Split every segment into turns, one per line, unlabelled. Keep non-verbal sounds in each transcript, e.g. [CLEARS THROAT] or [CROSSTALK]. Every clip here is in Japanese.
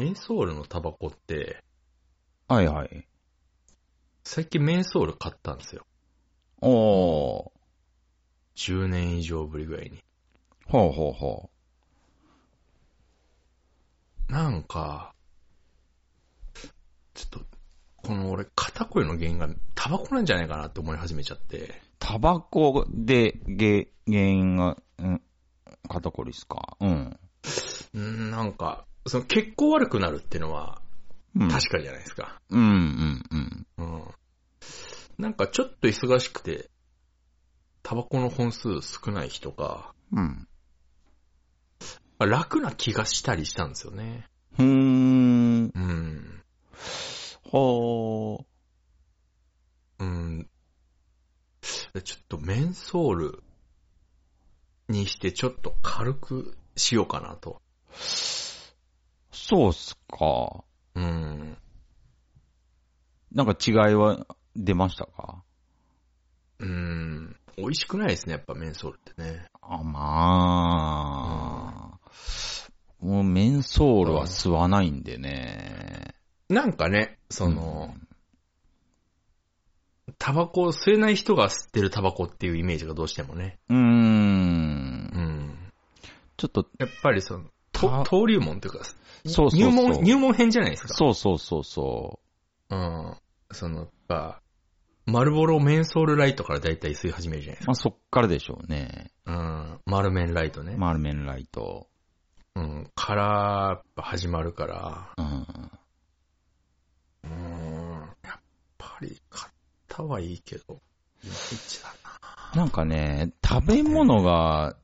ンソールのタバコって、
はいはい。
最近メンソール買ったんですよ。
おお
10年以上ぶりぐらいに。
ーほうほうほ
なんか、ちょっと、この俺、肩こりの原因がタバコなんじゃないかなって思い始めちゃって。
う。タバコで、げ、原因が、うん、肩こりっすか。うん。
うん、なんか、その血行悪くなるっていうのは
うん。
確かにじゃないですか。
うんうんうん。
うん。なんかちょっと忙しくて、タバコの本数少ない日とか、
うん。
楽な気がしたりしたんですよね。
ふーん。
うん。
ほ
う
ー。
ん。ちょっとメンソールにしてちょっと軽くしようかなと。
そうっすか。
うん。
なんか違いは出ましたか
うん。美味しくないですね、やっぱメンソールってね。
あ、まあ。もうメンソールは吸わないんでね。
なんかね、その、タバコを吸えない人が吸ってるタバコっていうイメージがどうしてもね。
うー。
うんん。
ちょっと、
やっぱりその、と
た
登竜門というか、
そうそうそう
入門、入門編じゃないですか。
そうそうそうそう。
うん。その、やっぱマルボロメンソールライトからだいたい吸い始めるじゃないですか
まあ、そっからでしょうね。
うん、丸面ライトね。
マルメンライト。
うん、から、やっぱ始まるから、
うん。
うん、やっぱり買ったはいいけど、いまいちだな。
なんかね、食べ物が、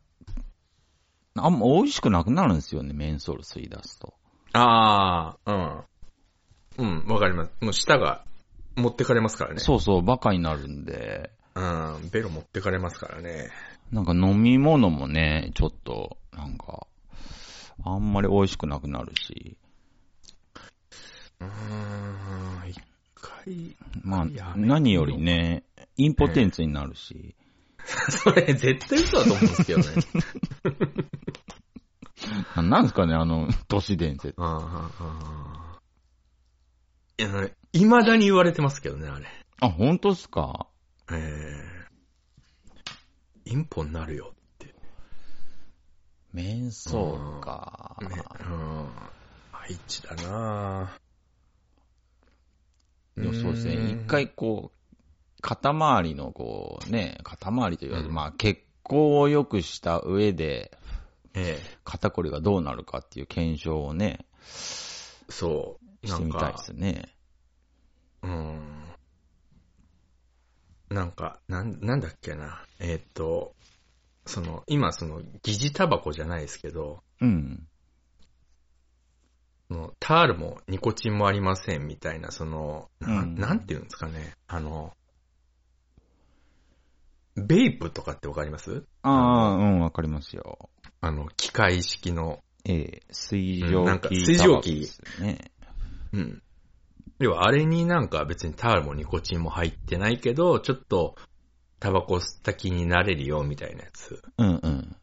あんま美味しくなくなるんですよね、メンソール吸い出すと。
ああ、うん。うん、わかります。もう舌が持ってかれますからね。
そうそう、バカになるんで、
うん、ベロ持ってかれますからね。
なんか飲み物もね、ちょっと、なんか、あんまり美味しくなくなるし、
うん、一回、
ま
いや
あ、何よりね、インポテンツになるし、
[LAUGHS] それ絶対嘘だと思うんですけどね。
ななんですかね、あの、都市伝説。
ああ、いや、未だに言われてますけどね、あれ。
あ、本当っすか
えー、インポになるよって。
メンソールか。
ね、うん。愛知だなぁ
でもそうですね、
ん
一回こう、肩周りのこうね、肩周りというか、
うん
まあ血行を良くした上で、
ええ
肩こりがどうなるかっていう検証をね、
そう。
し
な
て
ん
みたいで
か、
すね。
うん。なんか、なん、なんだっけな。えーっと、その、今その、疑似タバコじゃないですけど、
うん。
そのタールもニコチンもありませんみたいな、その、な,、
う
ん、
ん
なんていうんですかね。あの、ベイプとかってわかります
ああ、うん、わかりますよ。
あの、機械式の、
ええ水蒸気、
うんなんか水蒸気
ですね。
うん。要は、あれになんか別にタールもニコチンも入ってないけど、ちょっと、タバコ吸った気になれるよ、みたいなやつ。
うんうん。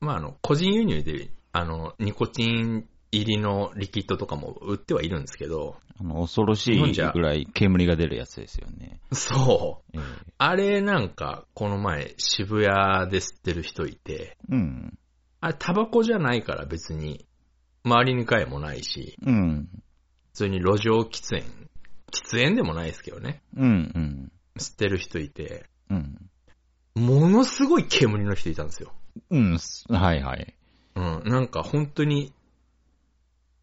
まあ、あの、個人輸入で、あの、ニコチン入りのリキッドとかも売ってはいるんですけど、
あの、恐ろし
飲ん
い
じゃう
ぐらい煙が出るやつですよね。
そう。
ええ
あれなんか、この前、渋谷で吸ってる人いて、
うん。
あれタバコじゃないから別に、周りに害もないし、
うん。
普通に路上喫煙、喫煙でもないですけどね、
うんうん。
吸ってる人いて、
うん。
ものすごい煙の人いたんですよ。
うん、すはいはい。
うん、なんか本当に、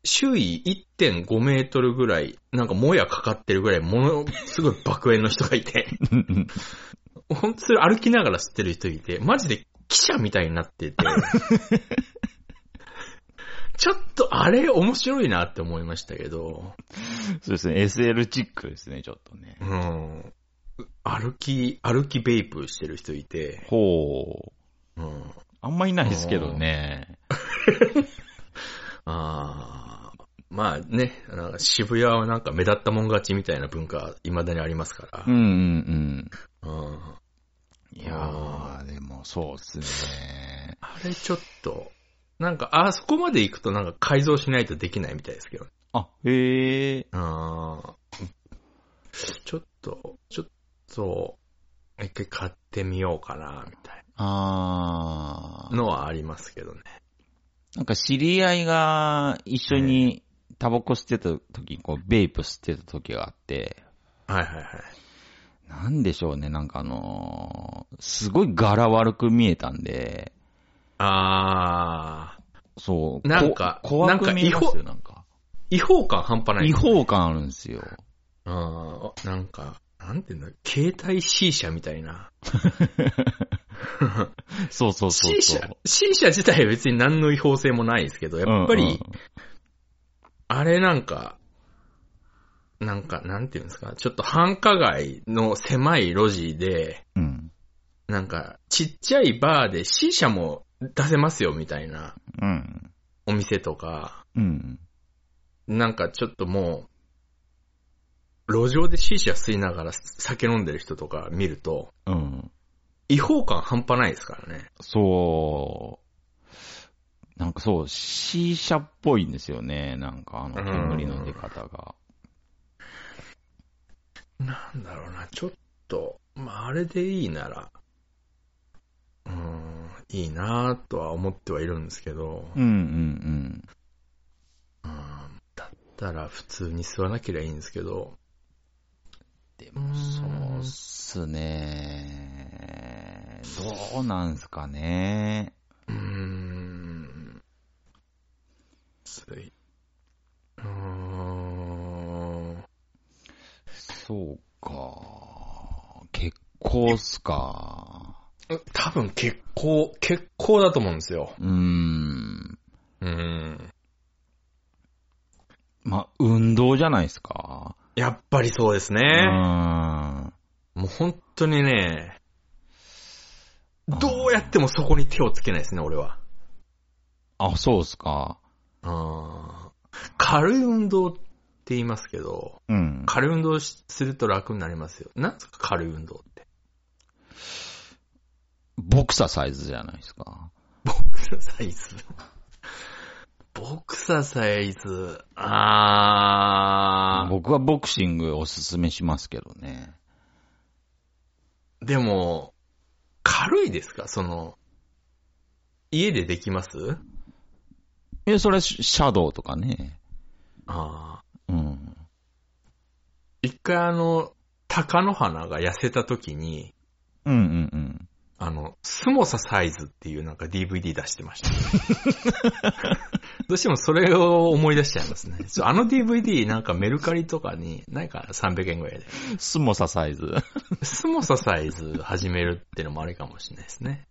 周囲1.5メートルぐらい、なんかもやかかってるぐらい、ものすごい爆炎の人がいて、本当それ歩きながら吸ってる人いて、マジで記者みたいになってて、ちょっとあれ面白いなって思いましたけど、
そうですね、SL チックですね、ちょっとね。
うん、歩き、歩きベイプしてる人いて、
ほ
う
う。
ん、
あんまいないですけどね。
あーまあね、なんか渋谷はなんか目立ったもん勝ちみたいな文化未だにありますから
うん。うん
うん
うん。いやー、でもそうっすね。
あれちょっと、なんかあそこまで行くとなんか改造しないとできないみたいですけど。
あ、へえ。
あーちょっと、ちょっと、一回買ってみようかな、みたい
あ
な
ー。
のはありますけどね。
なんか知り合いが一緒にタバコ吸ってた時、こう、ベイプ吸ってた時があって、
はいはいはい。
なんでしょうね、なんかあのーすごい柄悪く見えたんで、
あー、
そう、
なんか
こ怖く見えますよ、なんか。
違法感半端ない。
違法感あるんですよ。
あーなんか、なんていうんだ、携帯 C 社みたいな。
そうそうそう
C
そ
社
う。、
C 社自体は別に何の違法性もないですけど、やっぱり、
うんうん
あれなんか、なんか、なんていうんですか、ちょっと繁華街の狭い路地で、
うん。
なんか、ちっちゃいバーで C 社も出せますよみたいな
うん。
お店とか、
うん。
なんかちょっともう、路上で C 社吸いながら酒飲んでる人とか見ると、
うん。
違法感半端ないですからね。
そう。なんかそう、C 社っぽいんですよね。なんかあの、煙の出方が。
なんだろうな、ちょっと、まあ、あれでいいなら、うーん、いいなぁとは思ってはいるんですけど、
うんうん
うんだったら普通に吸わなければいいんですけど、
うん。で
う
も、
ー
そうんっすね。どうなんすかね。
うーん、つい、うーん、
そうか。結構っすか。
多分結構、結構だと思うんですよ。
うーん。
うん。
まあ、運動じゃないですか。
やっぱりそうです
うー
ね。
ん。
もう本当にね、どうやってもそこに手をつけないですね、俺は。
あ、そうっすか。
あー軽い運動って言いますけど、
うん。
軽い運動しすると楽になりますよ。なんですか軽い運動って。
ボクササイズじゃないですか。
ボクササイズ。ボクササイズ。あ
僕はボクシングおすすめしますけどね。
ー。でも、軽いですかその、家でできます
いや、それはシシャドウとかね。
あー。
うん。
一回あの、鷹の花が痩せた時に、
うんうんうん。
あの、スモササイズっていうなんか DVD 出してました。 [LAUGHS] どうしてもそれを思い出しちゃいますね。そうあの DVD なんかメルカリとかに、ないかな ?300 円ぐらいで。
スモササイズ。 [LAUGHS]
スモササイズ始めるってのもありかもしれないですね。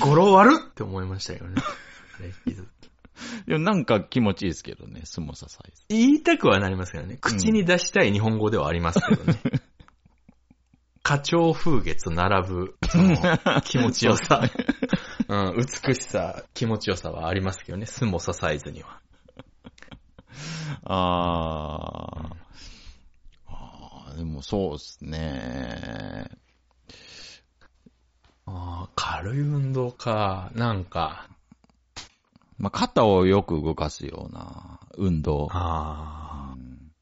語呂悪っって思いましたけどね。あれ聞いた時
いや、なんか気持ちいいですけどね、スモササイズ。
言いたくはなりますけどね。口に出したい日本語ではありますけど [LAUGHS] ね。花鳥風月と並ぶ、その、気持ちよさ、 [LAUGHS] うん、美しさ、気持ちよさはありますけどね。スモササイズには。
あー。あーでもそうっすね。
ああ、軽い運動か。なんか、
まあ、肩をよく動かすような運動。
ああ、
うん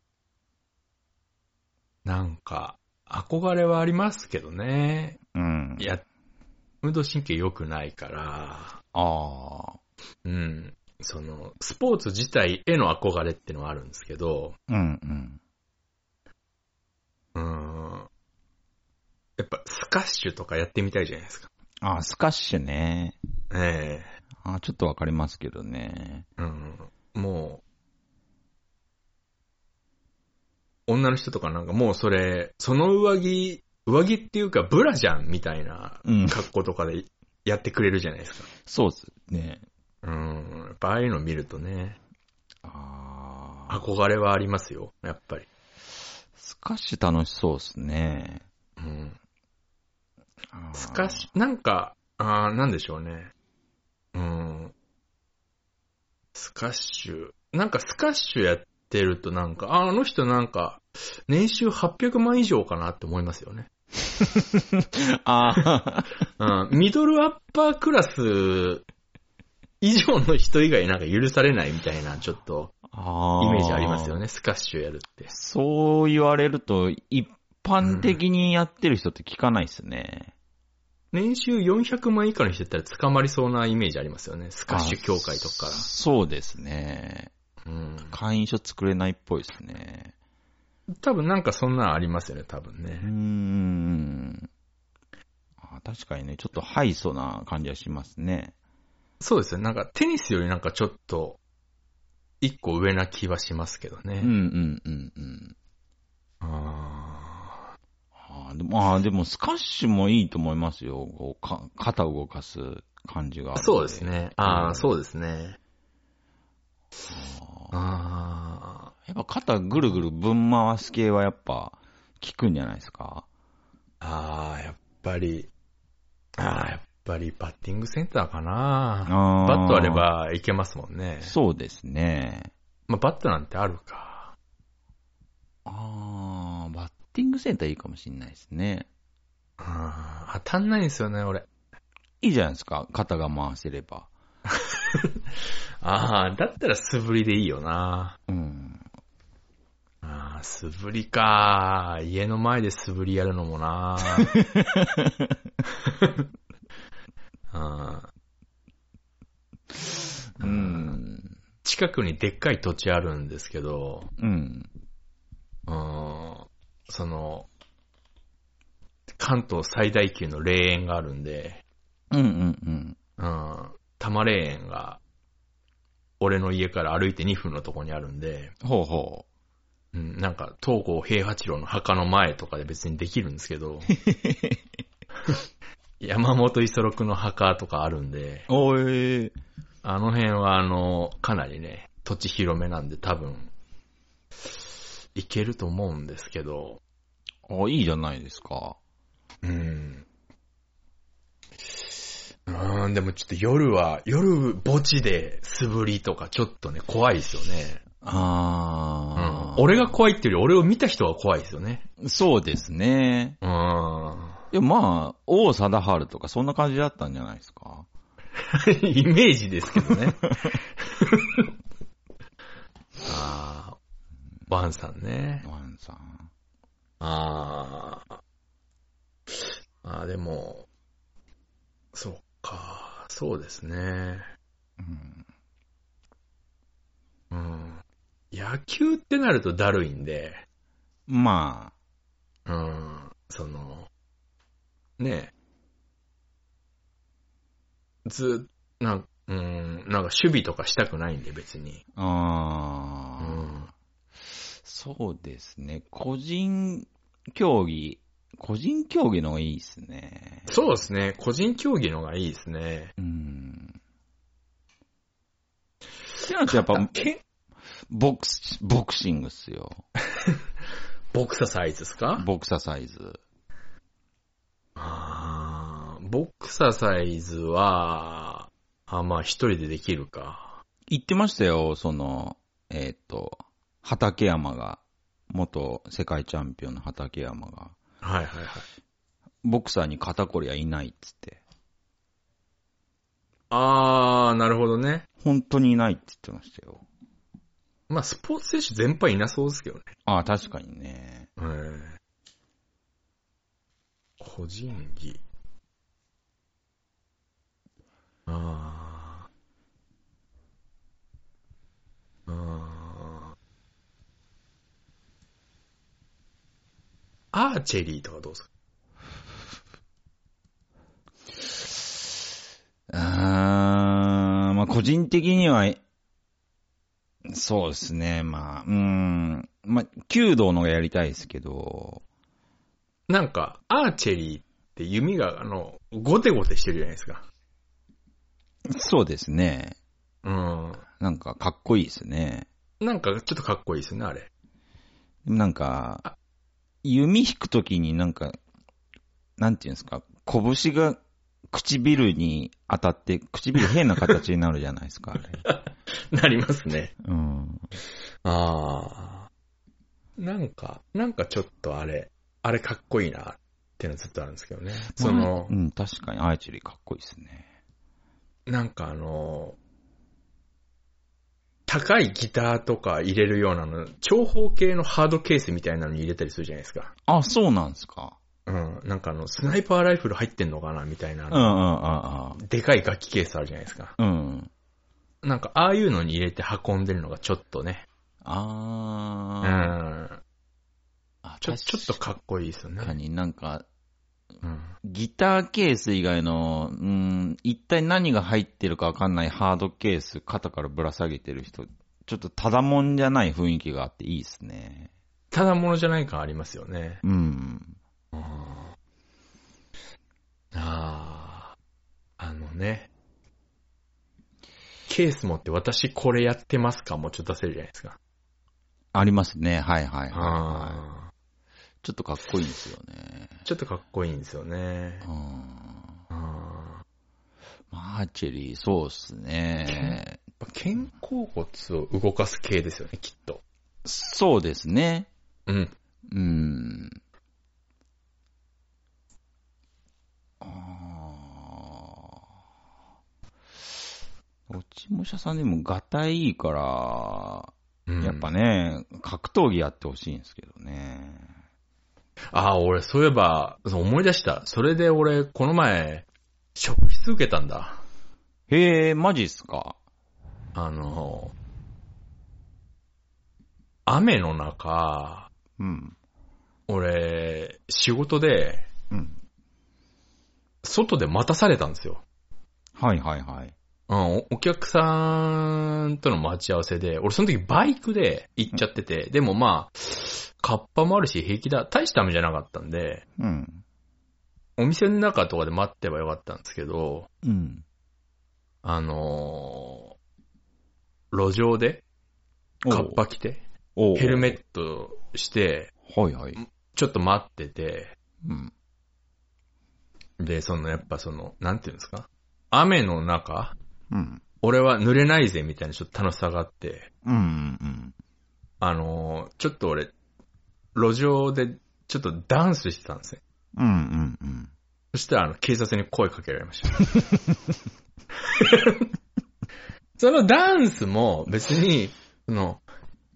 なんか、憧れはありますけどね。
うん
い。や、運動神経良くないから、
ああ。
うん。その、スポーツ自体への憧れってのはあるんですけど、
うんうん。
うん。やっぱ、スカッシュとかやってみたいじゃないですか。
あースカッシュね。
え
あーちょっとわかりますけどね。
えうん。もう、女の人とかなんかもうそれ、その上着、上着っていうかブラじゃんみたいな
うん
格好とかでやってくれるじゃないですか。
そうっすね。
うん。やっぱああいうの見るとね、
ああ。
憧れはありますよ。やっぱり。
スカッシュ楽しそうっすね。
うん。
あー
スカッシュ、なんか、あーなんでしょうね。うん。スカッシュ。なんかスカッシュやってるとなんか、あーあの人なんか、年収800万以上かなって思いますよね。
あー
うん。ミドルアッパークラス以上の人以外なんか許されないみたいな、ちょっと、
あ
[LAUGHS] イメージありますよ
ね。
ね。スカッシュやるって。
そう言われると、一般的にやってる人って聞かないですね。
年収400万以下の人だったら捕まりそうなイメージありますよね。スカッシュ協会とかか
そうですね。
ら。うん。
会員証作れないっぽいですね。
多分なんかそんなんありますよね、多分
うー
ね。
ん。あ確かにね、ちょっと敗訴な感じはしますね。
そうですよ。なんかテニスよりなんかちょっと、一個上な気はしますけどね。
うんうんうんうん。
あ
あーでも、あーでもスカッシュもいいと思いますよ。こうか肩を動かす感じがあ
ー
るん
そうです。ね。あ
う
あ、
ん
そうですね。
あー
あ
やっぱ肩ぐるぐるぶん回す系はやっぱ効くんじゃないですか
あ、ああ、やっぱり、ああ、やっぱりバッティングセンターかな。
あー
バットあれ。ばいけますもんね。
そうですね。
まあ、バットなんてあるか。
ああ、バッティングセンターいいかもしれないですね。
あー当たんないんですよね、俺。
いいじゃないですか。肩が回せれば。
ああ、だったら素振りでいいよな。
うん。
ああ、素振りか。家の前で素振りやるのもな。あー
うん。
近くにでっかい土地あるんですけど、
うん。
うんその、関東最大級の霊園があるんで、
うんうん
うん、多摩霊園が、俺の家から歩いて2分のとこにあるんで、
うん。ほうほ
うん、なんか、東郷平八郎の墓の前とかで別にできるんですけど、山本五十六の墓とかあるんで、
う。おえ
あの辺はあの、かなりね、土地広めなんで多分、いけると思うんですけど、
あ、いいじゃないですか。
うん。うーん、でもちょっと夜は、夜墓地で素振りとかちょっとね、怖いですよね。う
あ
ん。
あ、
俺が怖いっていうより俺を見た人が怖いですよね。
そうですね。
うーん。
でもまあ、王貞治とかそんな感じだったんじゃないですか。
[LAUGHS] イメージですけど [LAUGHS] ね。ああ、ワンさんね。
ワンさん。
ああ。ああ、でも、そうか、そうですね。
うん。
うん。野球ってなるとだるいんで、
ま
うん、その、ねえ。ず、なん、うん、なんか守備とかしたくないんで別に。
あ、あ
う
あ、
ん。
そうですね。個人競技、個人競技の方がいいですね。
そうですね。個人競技のがいいですね。
うん。ってなるとやっぱ、
け
ボクス、ボクシングっすよ。
ボクササイズですか
ボクササイズ。
あーボクササイズは、あ、まあ一人でできるか。
言ってましたよ、その、えーっ、と、畠山が、元世界チャンピオンの畠山が、
はいはいはい。
ボクサーに肩こりはいないっつって。
あー、なるほどね。
本当にいないって言ってましたよ。
まあスポーツ選手全般いなそうですけどね。
ああ、確かにね。
えー個人技。あー。あー。アーチェリーとかどうですか
あーまあ個人的には、そうですね、まあ、うーん、まあ、弓道のがやりたいですけど、
なんか、アーチェリーって弓が、あの、ゴテゴテしてるじゃないですか。
そうですね。
うん。
なんかかっこいいですね。
なんか、ちょっとかっこいいですよね、あれ。
でもなんか、弓引くときになんか、なんていうんですか、拳が唇に当たって、唇変な形になるじゃないですか、あれ。
なりますね。
うん。
ああ。なんか、なんかちょっとあれ、あれかっこいいな、っていうのずっとあるんですけどね。 [LAUGHS] その
う、ん、確かにアーチェリーかっこいいですね。
なんかあの、高いギターとか入れるようなの、長方形のハードケースみたいなのに入れたりするじゃないですか。
あ、そうなんですか。
うん。なんかあの、スナイパーライフル入ってんのかなみたいな、
うんうんうん
でかい楽器ケースあるじゃないですか。
うん。うん。
なんか、ああいうのに入れて運んでるのがちょっとね。う
あー。
ん。
あ
ちょ、ちょっとかっこいいですよ
確か
ね。
になんか、
うん。
ギターケース以外の、うん、一体何が入ってるかわかんないハードケース、肩からぶら下げてる人、ちょっとただもんじゃない雰囲気があっていいですね。
ただものじゃない感ありますよね。
うん。
ああ。あのね。ケース持って私これやってますかもちょっと出せるじゃないですか。
ありますね。はいはいはい。
あ
ちょっとかっこいいんですよね。
あ。ちょっとかっこいいんですよね
う。ん。
ああ。
マーチェリー、そうっすね。
やっぱ肩甲骨を動かす系ですよね、きっと。
そうですね。
うん。
うん。あー落ち武者さんでもガタイいいから、やっぱ
ね。
ね、格闘技やってほしいんですけどね。
ああ、俺、そういえば、そう思い出した。それで俺、この前、職質受けたんだ。
へえ、マジっすか。
あの、雨の中、
うん。
俺、仕事で、
うん。
外で待たされたんですよ。
はいはいはい。
うん、おお客さんとの待ち合わせで、俺その時バイクで行っちゃってて、でもまあ、カッパもあるし平気だ。大した雨じゃなかったんで、
うん。
お店の中とかで待ってばよかったんですけど、
うん。
あのー路上でカッパ着て、
おう、
ヘルメットして、
ト。はいはい。
ちょっと待ってて、
うん。
で、そのやっぱその、なんていうんですか雨の中、
うん。
俺は濡れないぜみたいなちょっと楽しさがあって、
うんうん
あのーちょっと俺、路上でちょっとダンスしてたんですね。
うん。うんうんうん。
そしたらあの警察に声かけられま
[LAUGHS]
した。そのダンスも別に、その、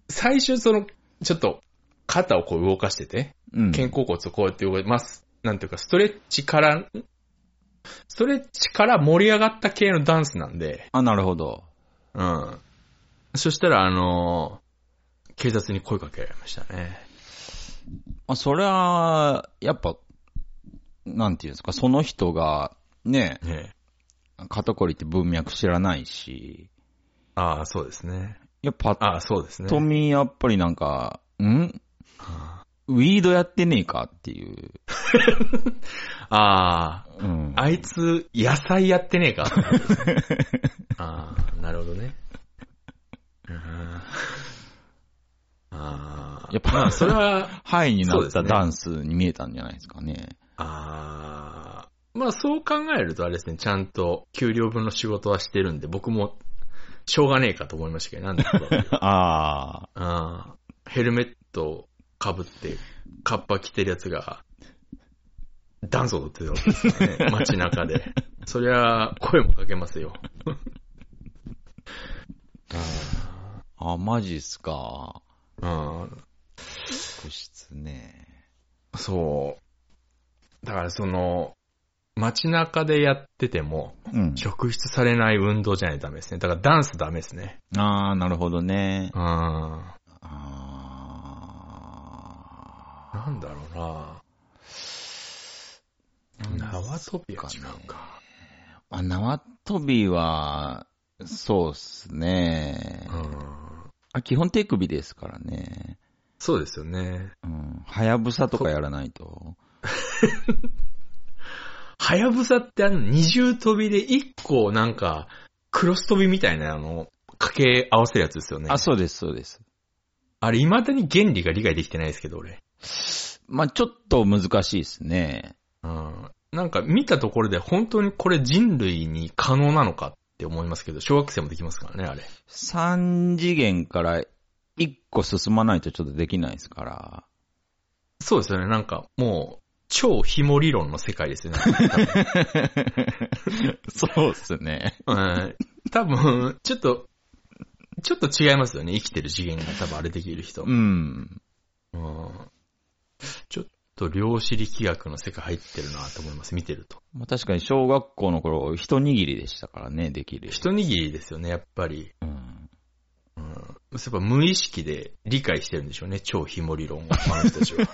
最初その、ちょっと肩をこう動かしてて、
うん。
肩甲骨をこうやって動かします。なんていうか、ストレッチから、ストレッチから盛り上がった系のダンスなんで、
あ、なるほど。
うん。そしたらあのー警察に声かけられましたね。
まあ、それは、やっぱ、なんていうんですか、その人が、ね、
ねえ
肩こりって文脈知らないし、
ああ、そうですね。
いや、パッ
ああ、そうですね。
と見、やっぱりなんか、んウィードやってねえかっていう。
ああ、
うん。
あいつ、野菜やって [LAUGHS] ねえか。ああ、なるほどね。ああー。
やっぱ
まあ、それは、
ハイにな
そう
っ
です
た
ね
ダンスに見えたんじゃないですかね。
ああ、まあそう考えるとあれですね、ちゃんと給料分の仕事はしてるんで、僕も、しょうがねえかと思いましたけど、なんだろう
ああ。
あーヘルメット被って、カッパ着てるやつが、ダンスを踊ってるわけですからね、街中 [LAUGHS] で。そりゃ、声もかけますよ。
あ、マジっすか。
うん。
個室ね。
そう。だからその、街中でやってても、
うん。
職質されない運動じゃないとダメですね。だからダンスダメですね。
ああ、なるほどね。
うん。な
ああ。
んだろうな縄跳びは違うか。
あ、縄跳びは、そうっすね。
うん。
あ、基本手首ですからね。
そうですよね。
うん。はやぶさとかやらないと。
はやぶさってあの二重飛びで一個なんか、クロス飛びみたいなあの、掛け合わせるやつですよね。
あ、そうです、そうです。
あれ未だに原理が理解できてないですけど、俺。
まあ、ちょっと難しいですね。
うん。なんか見たところで本当にこれ人類に可能なのかって思いますけど、小学生もできますからね、あれ。
三次元から一個進まないとちょっとできないですから。
そうですよね、なんかもう、超紐理論の世界です [LAUGHS] よね。
そうっすね。
うん。多分、ちょっと、ちょっと違いますよね。生きてる次元が多分あれできる人。
うん。
うんちょっと量子力学の世界入ってるなと思います。見てると。
まあ、確かに小学校の頃、一握りでしたからね、できる。
一握りですよね、やっぱり。
うん。
うん。そういえば無意識で理解してるんでしょうね。超ひも理論を。あの人たちは。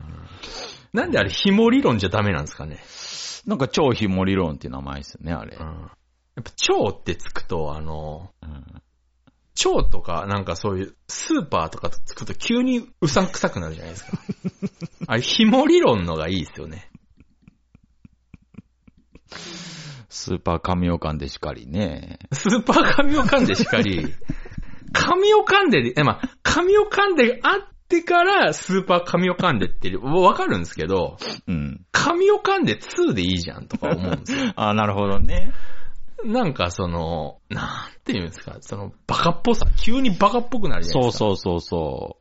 うんなんであれ、ひも理論じゃダメなんですかね。
なんか超ひも理論っていう名前ですよね、あれ
うん。。やっぱ、超ってつくと、あの、
うん。
蝶とか、なんかそういう、スーパーとかつくと急にうさんくさくなるじゃないですか。あれ、紐理論のがいいですよね。
スーパー神岡でしかりね。
スーパー紙を噛んでしかり、紙を噛んで、え、まあ、紙を噛んでがあってから、スーパー紙を噛んでって、わかるんですけど、
うん。
紙を噛んで2でいいじゃんとか思うんですよ。
あなるほどね。
なんかその、なんていうんですか、その、バカっぽさ、急にバカっぽくなるじゃない
そ
うですか。
そうそうそ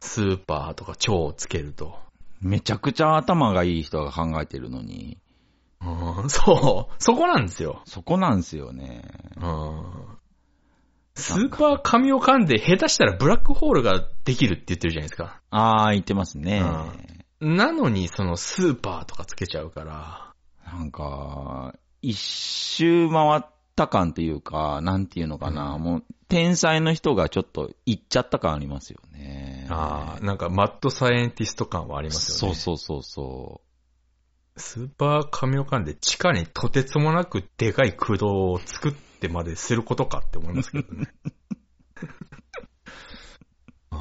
スーパーとか蝶をつけると。
う。めちゃくちゃ頭がいい人が考えてるのに、
うん、そう、そこなんですよ。
そこなんですよね。
うんスーパー紙を噛んで下手したらブラックホールができるって言ってるじゃないですか。
ああ、言ってますね。
なのに、そのスーパーとかつけちゃうから、
なんか、一周回った感というか、なんていうのかな、もう、天才の人がちょっと行っちゃった感ありますよね。
あーなんかマッドサイエンティスト感はありますよ
そう
ね。
そうそうそ
スーパー紙を噛んで地下にとてつもなくでかい空洞を作ってまですることかって思いますけ
[LAUGHS]
どね。あ
う。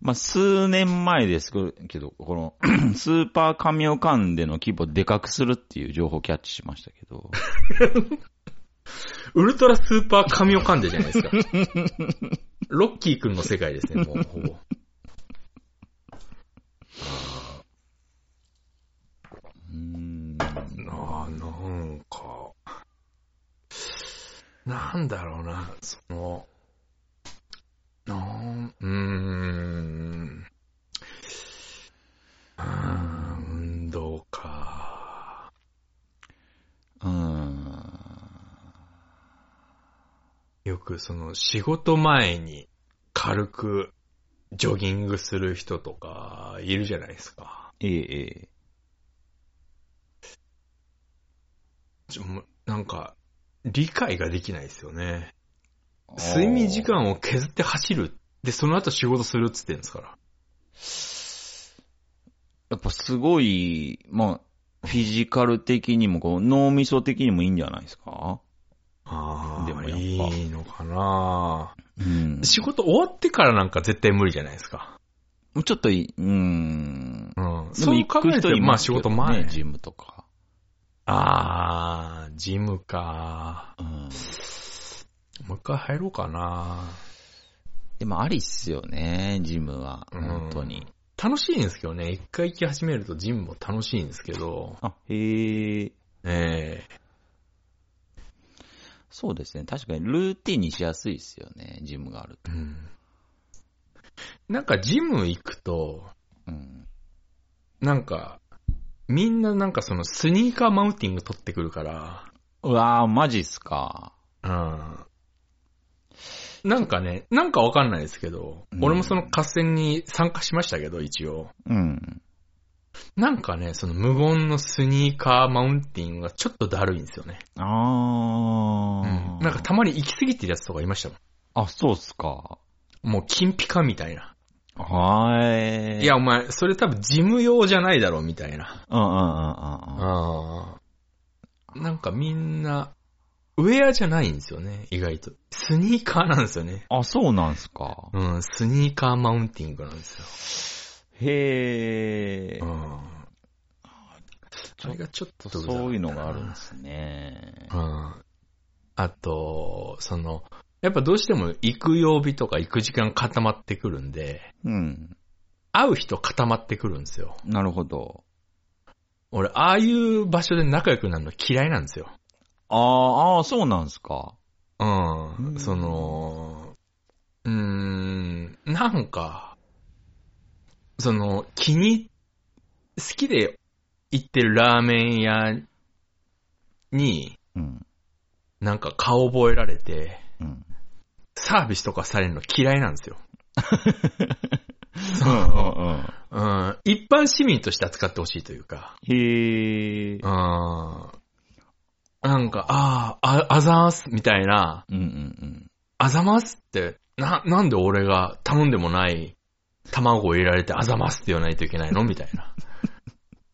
まあ、数年前ですけど、この、 [CLEARS THROAT] スーパー神オカンでの規模でかくするっていう情報をキャッチしましたけ [LAUGHS] ど、
ーウルトラスーパー紙を噛んでじゃないですか。ロッキーくんの世界ですね、もうほぼ。
うーん。
なあ、なんか、なんだろうな、その、なん、うーん、うーん、運動か。
うーん。
よくその仕事前に軽くジョギングする人とかいるじゃないですか。
ええ、ええ。
ちょもうなんか、理解ができないですよね。睡眠時間を削って走る。で、その後仕事するっつってんですから。
やっぱすごい、まあ、フィジカル的にも、こう、脳みそ的にもいいんじゃないですか
ああ、
でもやっぱ
いいのかな
うん。
仕事終わってからなんか絶対無理じゃないですか。
もうちょっとい、うーん。
うん。
でも
そう考えると、まあ仕事前。
ジムとか。
ああ、ジムか。
うん。
もう一回入ろうかな。
でもありっすよね、ジムは。
うん
本当に。
楽しいんですけどね。一回行き始めるとジムも楽しいんですけど。
あ、へえ。
ええ
そうですね。確かにルーティンにしやすいっすよね、ジムがあると。
うん。なんかジム行くと、
うん。
なんか、みんななんかそのスニーカーマウンティング取ってくるから、
うわー、マジっすか。
うんなんかね、なんかわかんないですけど、
うん
俺もその合戦に参加しましたけど、一応。
うん。
なんかね、その無言のスニーカーマウンティングがちょっとだるいんですよね。
あー。
なんかたまに行き過ぎてるやつとかいましたも
あ、そうっすか。
ん。もう金ピカみたいな。
はーい。
いや、お前、それ多分事務用じゃないだろ、みたいな。
うん、うんうんうんうん。
うん。なんかみんな、ウェアじゃないんですよね、意外と。スニーカーなんですよね。
あ、そうなんすか。
うん、スニーカーマウンティングなんですよ。
へえ。
あれがちょっとざわ
そういうのがあるんですね
う。ん。あと、その、やっぱどうしても行く曜日とか行く時間固まってくるんで、
うん。
会う人固まってくるんですよ。
なるほど。
俺、ああいう場所で仲良くなるの嫌いなんですよ。
あーあー、そうなんすか。
うん。
うん
その、うーん、なんか、その、気に、好きで行ってるラーメン屋に、
うん。
なんか顔覚えられて、
うん。
サービスとかされるの嫌いなんですよ。
うんうんうん。
うん。一般市民として扱ってほしいというか。
へ
う。
え
ん。なんか、ああ、あ、あざーす、みたいな、
うんうん
あざますって、な、なんで俺が頼んでもない卵を入れられてあざますって言わないといけないのみたいな。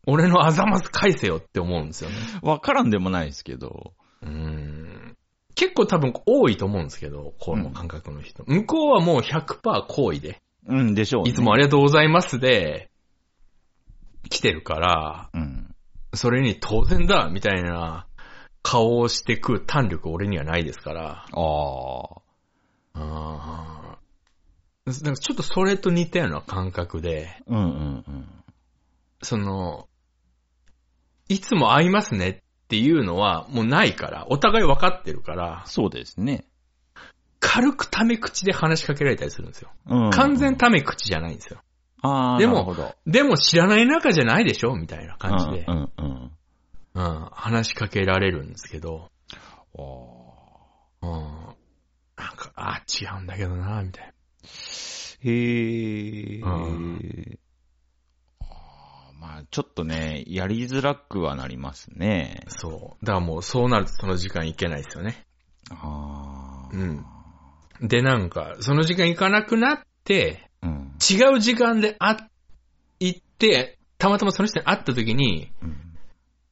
俺のあざます返せよって思うんですよね。
うん。わからんでもないですけど。
うん。結構多分多いと思うんですけど、この感覚の人。向こうはもう100%好意で、
うんでしょう、ね。
いつもありがとうございますで、来てるから、
うん。
それに当然だ、みたいな顔をしてく胆力俺にはないですから。
ああ。
あーなんかちょっとそれと似たような感覚で、
うんうんうん。
その、いつも会いますねっていうのはもうないから、お互い分かってるから、
そうですね。
軽くタメ口で話しかけられたりするんですよ。
うん、
完全。タメ口じゃないんですよ。
ああ。
でも
なるほど。
でも知らない仲じゃないでしょみたいな感じで
う、んうんうん。
うん、話しかけられるんですけど、
あー
うん、なんか、あ、違うんだけどな、みたいな。
へえ。
う
あーまあ、ちょっとね、やりづらくはなりますね。
そう。だからもうそうなるとその時間行けないですよね。
ああ。
うん。で、なんか、その時間行かなくなって、
うん。
違う時間で会っ行って、たまたまその人に会った時に、
うん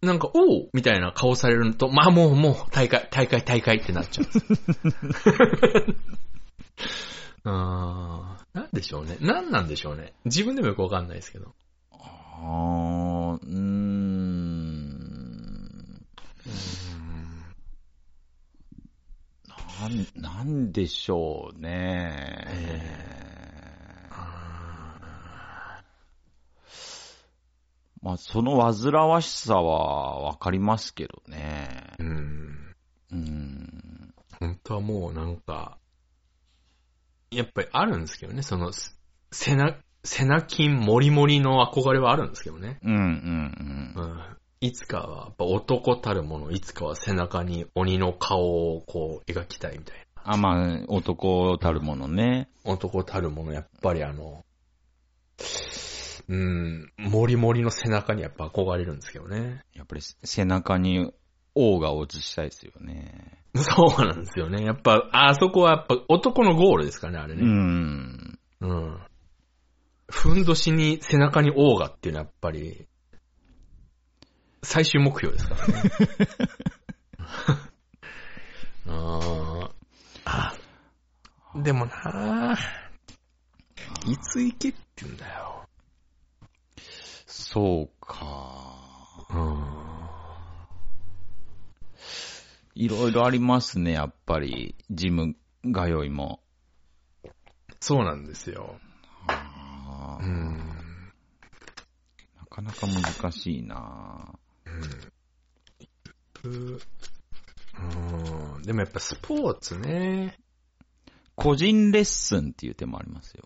なんか、おうみたいな顔されると、まあもうもう、大会、大会、大会ってなっちゃうん [LAUGHS] ですよ。あーなんでしょうね。なんなんでしょうね。自分でもよくわかんないですけど。
ああ、うーん。なん、なんでしょうね。まあ、その煩わしさはわかりますけどね。
うん。
うん。
本当はもうなんか、やっぱりあるんですけどね。その、す背中、背中筋もりもりの憧れはあるんですけどね。
うん、うん、う。
うんん。いつかは、やっぱ男たるもの、いつかは背中に鬼の顔をこう描きたいみたいな。
あ、まあ、男たるものね。
男たるもの、やっぱりあの、うん、もりもりの背中にやっぱ憧れるんですけどね。
やっぱり背中に王が落ちしたいですよね。
そうなんですよね。やっぱ、あそこはやっぱ男のゴールですかね、あれ
う
ね。
ん。
うん。ふんどしに背中に王がっていうのはやっぱり、最終目標です [LAUGHS] からね。あーあ。でもなあいつ行けって言うんだよ。
そうか。
うん。
いろいろありますね、やっぱり。ジム通いも。
そうなんですよ。
あ
う
ー
ん。
なかなか難しいな
うん。でもやっぱスポーツね。
個人レッスンっていう手もありますよ。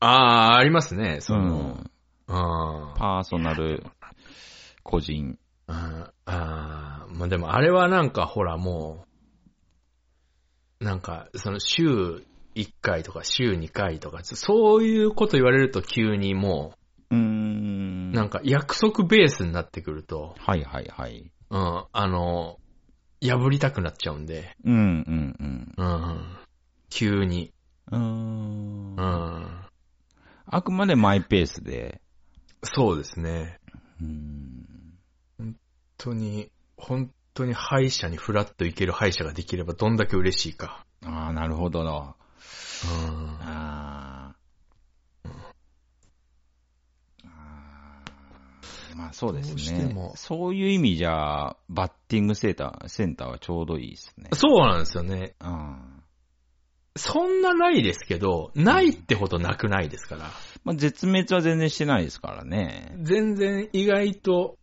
ああ、ありますね。
う
その、
ん。
あー
パーソナル、個人。
あー。あーまあでもあれはなんかほらもう、なんかその週1回とか週2回とか、そういうこと言われると急にも
うー
う、
ん。
なんか約束ベースになってくると、
はいはいはい。
うん、あの、破りたくなっちゃうんで、
うんうん
うん、急に、
うん。
う
うーん。
ん。
あくまでマイペースで。
そうですね。
うーん。
本当に、本当に歯医者にフラッと行ける歯医者ができればどんだけ嬉しいか。
ああ、なるほど。あ
うん。
あー。あーまあそうです
どうして
ね
も。
そういう意味じゃ、バッティングセーター、センターはちょうどいいですね。
そうなんですよね。
うん。
そんなないですけど、ないってほどなくないですから。
まあ絶滅は全然してないですからね。
全然意外と、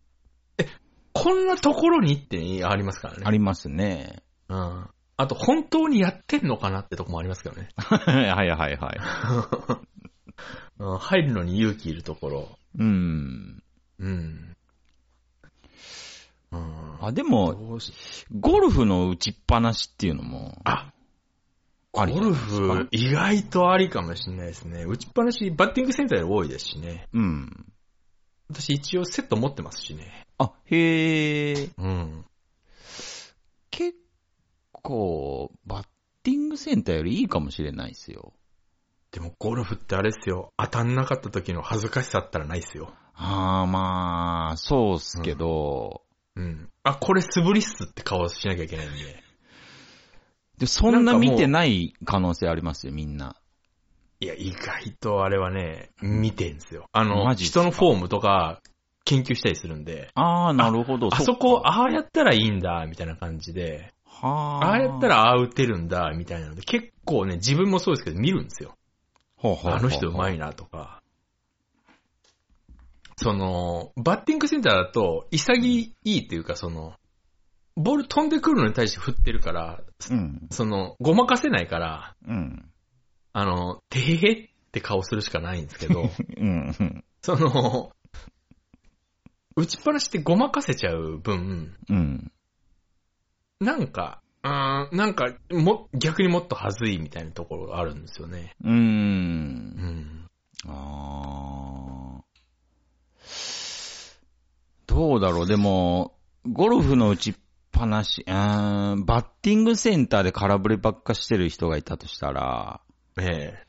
え、こんなところにってありますからね。
ありますね。 [LAUGHS]
うん。あと、本当にやってんのかなってとこもありますけどね。
はいはいはいはい。
うん、入るのに勇気いるところ。
うん。
うん。うん。
あ、でも、
どうし
ゴルフの打ちっぱなしっていうのも、
あ、
ありじ
ゴ
ゃない
ル
ですか
フ、意外とありかもしれないですね。打ちっぱなし、バッティングセンターで多いですしね。
うん。
私一応セット持ってますしね。
あ、へえ、
うん。
結構、バッティングセンターよりいいかもしれないですよ。
でもゴルフってあれですよ。当たんなかった時の恥ずかしさったらないですよ。
ああ、まあ、そうっすけど、
うん。あ、これ素振りっすって顔しなきゃいけないんで。
でそんな見てない可能性ありますよ、みんな。
いや、意外とあれはね、見てんすよ。あの、
マジっす
人のフォームとか研究したりするんで、
ああ、なるほ
あ
ど。っか
そこ、、ああやったらいいんだ、みたいな感じで、
はあ。
ああやった、らああ打てるんだ、みたいなので、結構ね、自分もそうですけど見るんですよ。
ほうほうほう
あの人うまいなとか。その、バッティングセンターだと、潔いというか、その、ボール飛んでくるのに対して振ってるから、
うん、
その、ごまかせないから、
うん、
あの、てへへって顔するしかないんですけ
[LAUGHS]
ど、
うん、うん
その、打ちっぱなしってごまかせちゃう分、
うん。
なんか、うーん、なんか、も、逆にもっとはずいみたいなところがあるんですよね。
うーん
う。ん。
あーどうだろう、でも、ゴルフの打ちっぱなし、うーん、バッティングセンターで空振りばっかしてる人がいたとしたら、
ええ。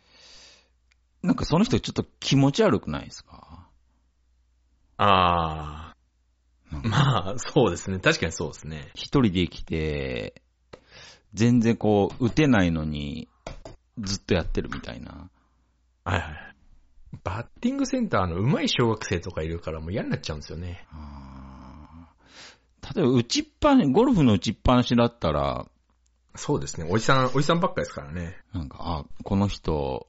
なんかその人ちょっと気持ち悪くないですか
あ
なん
あ、
か
まあ、そうですね。確かにそうですね。
一人で来て、全然こう、打てないのに、ずっとやってるみたいな。
はいはい。バッティングセンターの上手い小学生とかいるからもう嫌になっちゃうんですよね。
あー例えば、打ちっぱなゴルフの打ちっぱなしだったら、
そうですね。おじさん、おじさんばっかですからね。
なんか、あ、この人、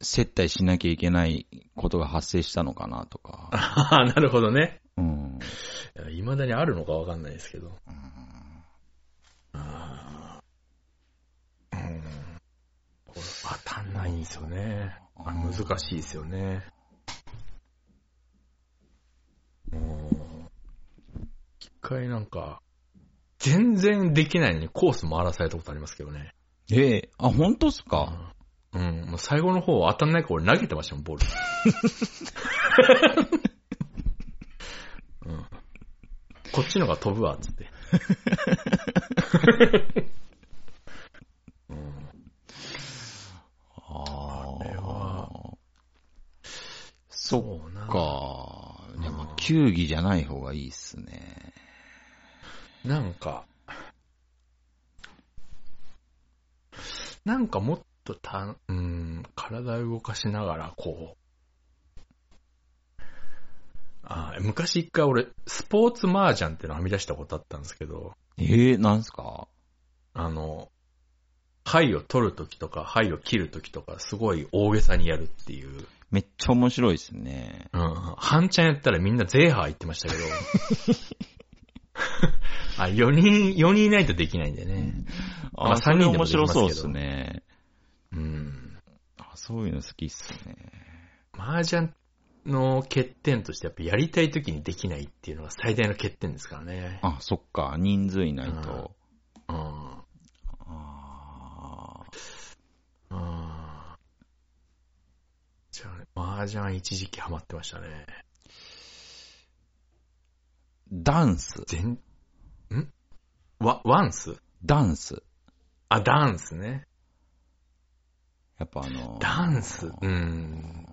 接待しなきゃいけないことが発生したのかなとか。 [LAUGHS]
ああ、なるほどね。
うん。
いまだにあるのかわかんないですけど。あーうん。これ当たんないんですよね。あ難しいですよね。うん一回なんか、全然できないのにコース回らされたことありますけどね。
ええあ、本当っすか
うん、もう最後の方当たんないから俺投げてましたもん、ボール。
[LAUGHS]
うん、こっちのが飛ぶわ、つって。
あ
れは。
そ
そうな
っか。いや、まあ、球技じゃない方がいいっすね。
なんか、なんかもっとた、うん、体を動かしながら、こう、あー昔一回俺、スポーツ麻雀っていうのをはみ出したことあったんですけど、
ええなんすか
あの、牌を取るときとか、牌を切るときとか、すごい大げさにやるっていう。
めっちゃ面白いっすね。
うん。半ちゃんやったらみんなゼーハー言ってましたけど。あ、4人、4人いないとできないんでね。まあ
それ
三人でも
面
できま
白
すけど
そうっすね。
うん。
あ、そういうの好きっすね。
麻雀の欠点として、やっぱやりたいときにできないっていうのが最大の欠点ですからね。
あ、そっか。人数いないと。
うん。
あー
うん。じゃあね、麻雀一時期ハマってましたね。
ダンス。
全、んわ、ワンス
ダンス。
あ、ダンスね。
やっぱあの、
ダンスうん。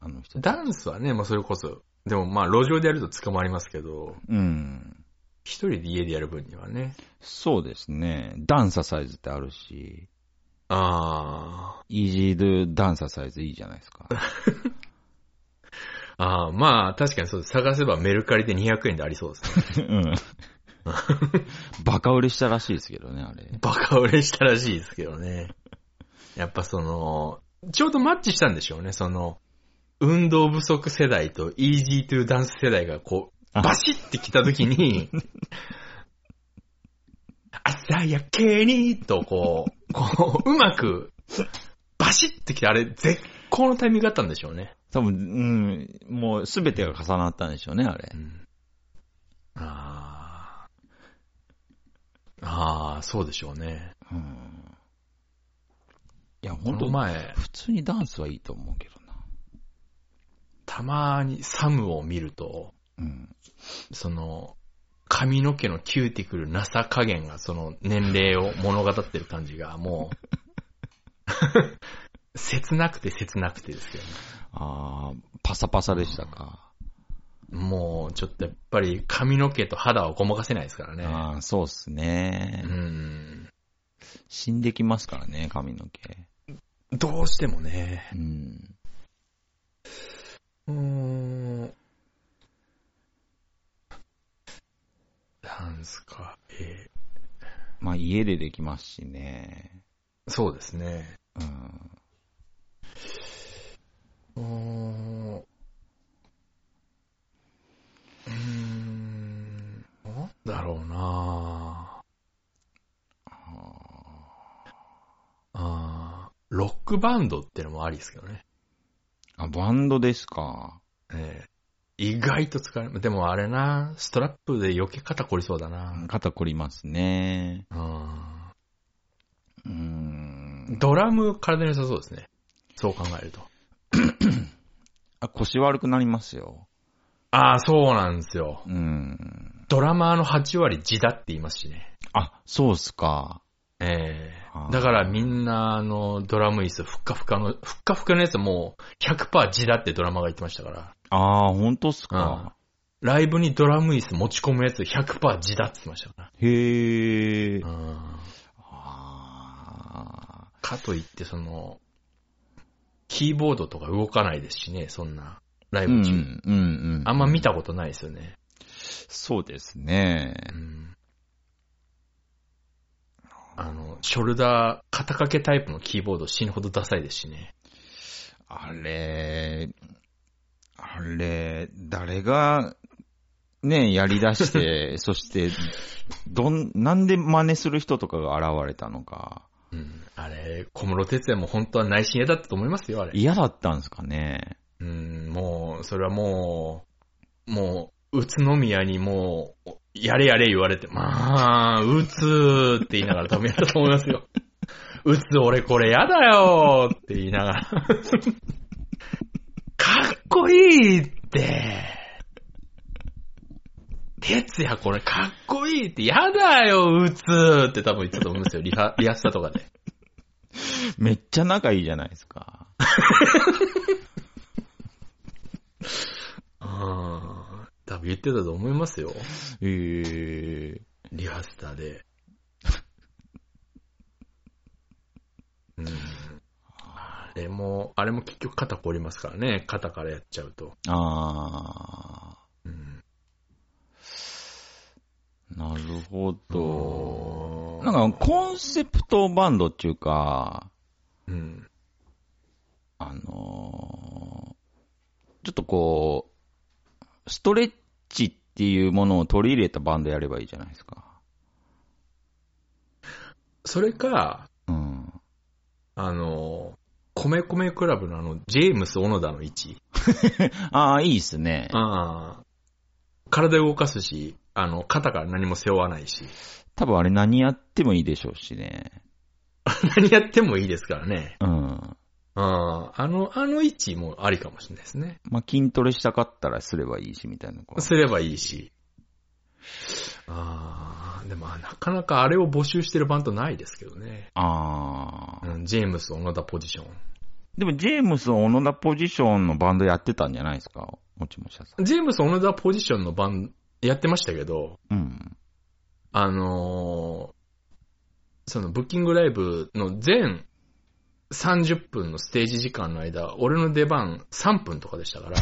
あの人。
ダンスはね、まあそれこそ、でもまあ路上でやると捕まりますけど、
うん。
一人で家でやる分にはね。
そうですね。ダンササイズってあるし、
あ
イージードゥダンササイズいいじゃないです
[LAUGHS]
か。
ーあー、まあ確かにそうです。探せばメルカリで200円でありそうですね。
うん。 [LAUGHS] バカ売れしたらしいですけどね、あれ。
バカ売れしたらしいですけどね。やっぱその、ちょうどマッチしたんでしょうね、その、運動不足世代とイージートゥーダンス世代がこう、
あ
バシッて来た時に、朝焼けにとこう、こう、うまく、バシッて来た、あれ、絶好のタイミングだったんでしょうね。
多分、うん、もうすべてが重なったんでしょうね、あれ。
ああ。ああ、そうでしょうね。
うん。いや、
こ
本
の
当
前、
普通にダンスはいいと思うけどな。
たまにサムを見ると、
うん。
その、髪の毛のキューティクルなさ加減が、その年齢を物語ってる感じが、もう、 [LAUGHS] 切なくて切なくてですよね。
ああ、パサパサでしたか。
もう、ちょっとやっぱり髪の毛と肌をごまかせないですからね。
ああ、そうっすね
う。ん。
死んできますからね、髪の毛。
どうしてもね。
うん。
うーん。なんすか。え
まあ、家でできますしね。
ーそうですね。う
うん。
ーん。うーん。なんだろうなあーロックバンドってのもありですけどね。
あ、バンドですか。
えー意外と疲れる。でもあれなストラップで余計肩こりそうだな
肩こりますね。
う
うー
ん。
ん。
ドラム体に良さそうですね。そう考えると。
あ、腰悪くなりますよ。
ああ、そうなんですよ。
うん。
ドラマーの8割地だって言いますしね。
あ、そうっすか。
ええ
あー
だからみんな、あの、ドラム椅子、ふっかふかの、ふっかふかのやつもう100%地だってドラマーが言ってましたから。
ああ、ほんとっすか。
ライブにドラム椅子持ち込むやつ100%地だって言ってましたか
へえ。
ら。うん。
あ
かといって、その、キーボードとか動かないですしね、そんな、ラ
あ。
イ
うん、う
ブ中。
ん、うん。
あんま見たことないですよね。
そうですね。
うん。あの、ショルダー、肩掛けタイプのキーボード死ぬほどダサいですしね。
あれ、あれ、誰が、ね、やり
[LAUGHS]
出して、そして、どん、なんで真似する人とかが現れたのか。
うんあれ、小室哲也も本当は内心嫌だったと思いますよ、あれ。
嫌だったんですかね。
うん、もう、それはもう、もう、宇都宮にもう、やれやれ言われて、まあ、うつって言いながら多分やったと思います [LAUGHS] よ。うつ俺これやだよって言いながら。 [LAUGHS] かっこいいって。哲也これかっこいいってやだよ、うつって多分言ってたと思うんですよ、リハ、リハスタとかで。
めっちゃ仲いいじゃないですか。
ああ、多分言ってたと思いますよ。
ええ
リハスターで。うん。あれも、あれも結局肩凝りますからね。肩からやっちゃうと。
あ
うん。
ー、なるほ
と
ど。なんか、コンセプトバンドっていうか、
うん。
あのーちょっとこう、ストレッチっていうものを取り入れたバンドやればいいじゃないですか。
それか、
うん。
あの、米米クラブのあの、ジェームス・オノダの位置。
ああ、いいっすね。
ああ。体動かすし、あの、肩から何も背負わないし。 [LAUGHS]
多分あれ何やってもいいでしょうしね。
何やってもいいですからね。
うん。
ああ、あの、あの位置もありかもしれないですね。
まあ、筋トレしたかったらすればいいし、みたいなこと。
すればいいし。ああ、でもなかなかあれを募集してるバンドないですけどね。
ああ。
うんジェームス・オノダポジション。
でも、ジェームス・オノダポジションのバンドやってたんじゃないですかもちもしゃさ
ジェームス・オノダポジションのバンド、やってましたけど、
ん。うん。
あのーそのブッキングライブの全30分のステージ時間の間、俺の出番3分とかでしたから、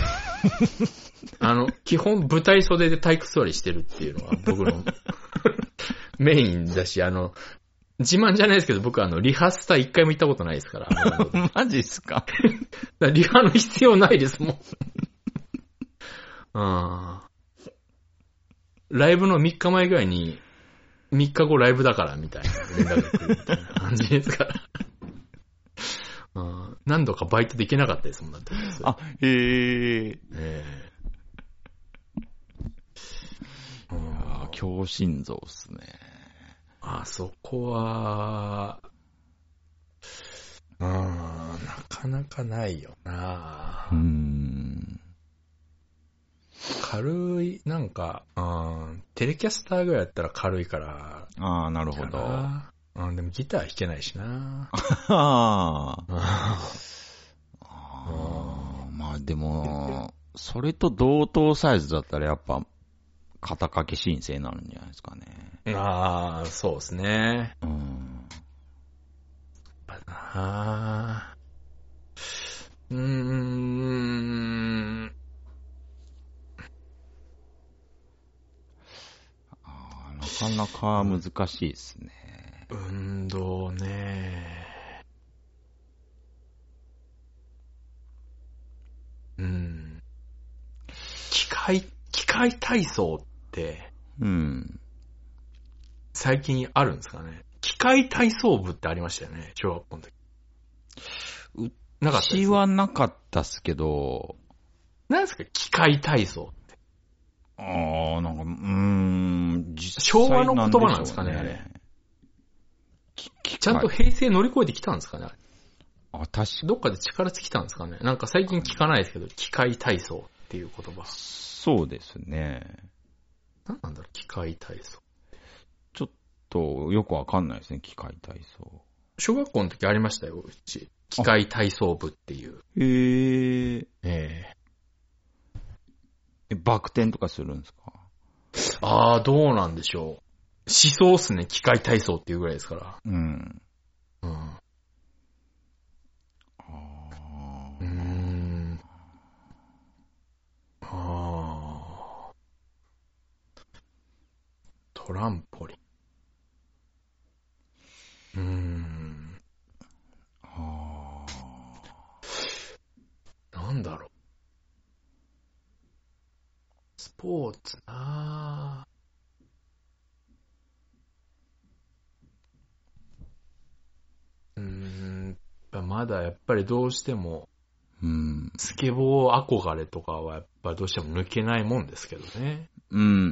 あの、基本舞台袖で体育座りしてるっていうのが僕のメインだし、あの、自慢じゃないですけど、僕あの、リハスタ一回も行ったことないですから、あのだか
マジっすから
リハの必要ないですもん。あーライブの3日前ぐらいに、3日後ライブだからみたいな連絡が来るみたいな感じですから。うん何度かバイトできなかったですもんだって。
あ、へえ。
ええうん
強心臓っすね。
あそこは、うーん、なかなかないよな
うーん。
軽い、なんか、うん、テレキャスターぐらいだったら軽いから、
ああ、なるほど。あ
かなうん、でもギター弾けないしな
[LAUGHS] あ
あ
ー。まあでも、それと同等サイズだったらやっぱ、肩掛け申請になるんじゃないですかね。
あー、そうですね。
うん。
あーうーん、
あーなかなか難しいですね。
運動ね。うん。機械、機械体操って
うん。
最近あるんですかね機械体操部ってありましたよね小学校の時。
う
なかったです
私はなかったっすけど、
何ですか機械体操。
ああ、なんか、うーん、実
昭和の言葉なんですかねあれ
き
ちゃんと
機械
平成乗り越えてきたんですかね
あ、確か
どっかで力尽きたんですかねなんか最近聞かないですけど、機械体操っていう言葉。
そうですね。
何なんだろう機械体操。
ちょっと、よくわかんないですね、機械体操。
小学校の時ありましたよ、うち。機械体操部っていう。
へえ。
え
え、バク転とかするんですか
えああ、どうなんでしょう。思想っすね、機械体操っていうぐらいですから。
うん。
うん。
ああ
うーん。ああ。トランポリン。うーん。
あ
なんだろう。スポーツなぁ。うーん、まだやっぱりどうしても、
ー。うん。
スケボー憧れとかはやっぱどうしても抜けないもんですけどね。
うん、うん、
う
う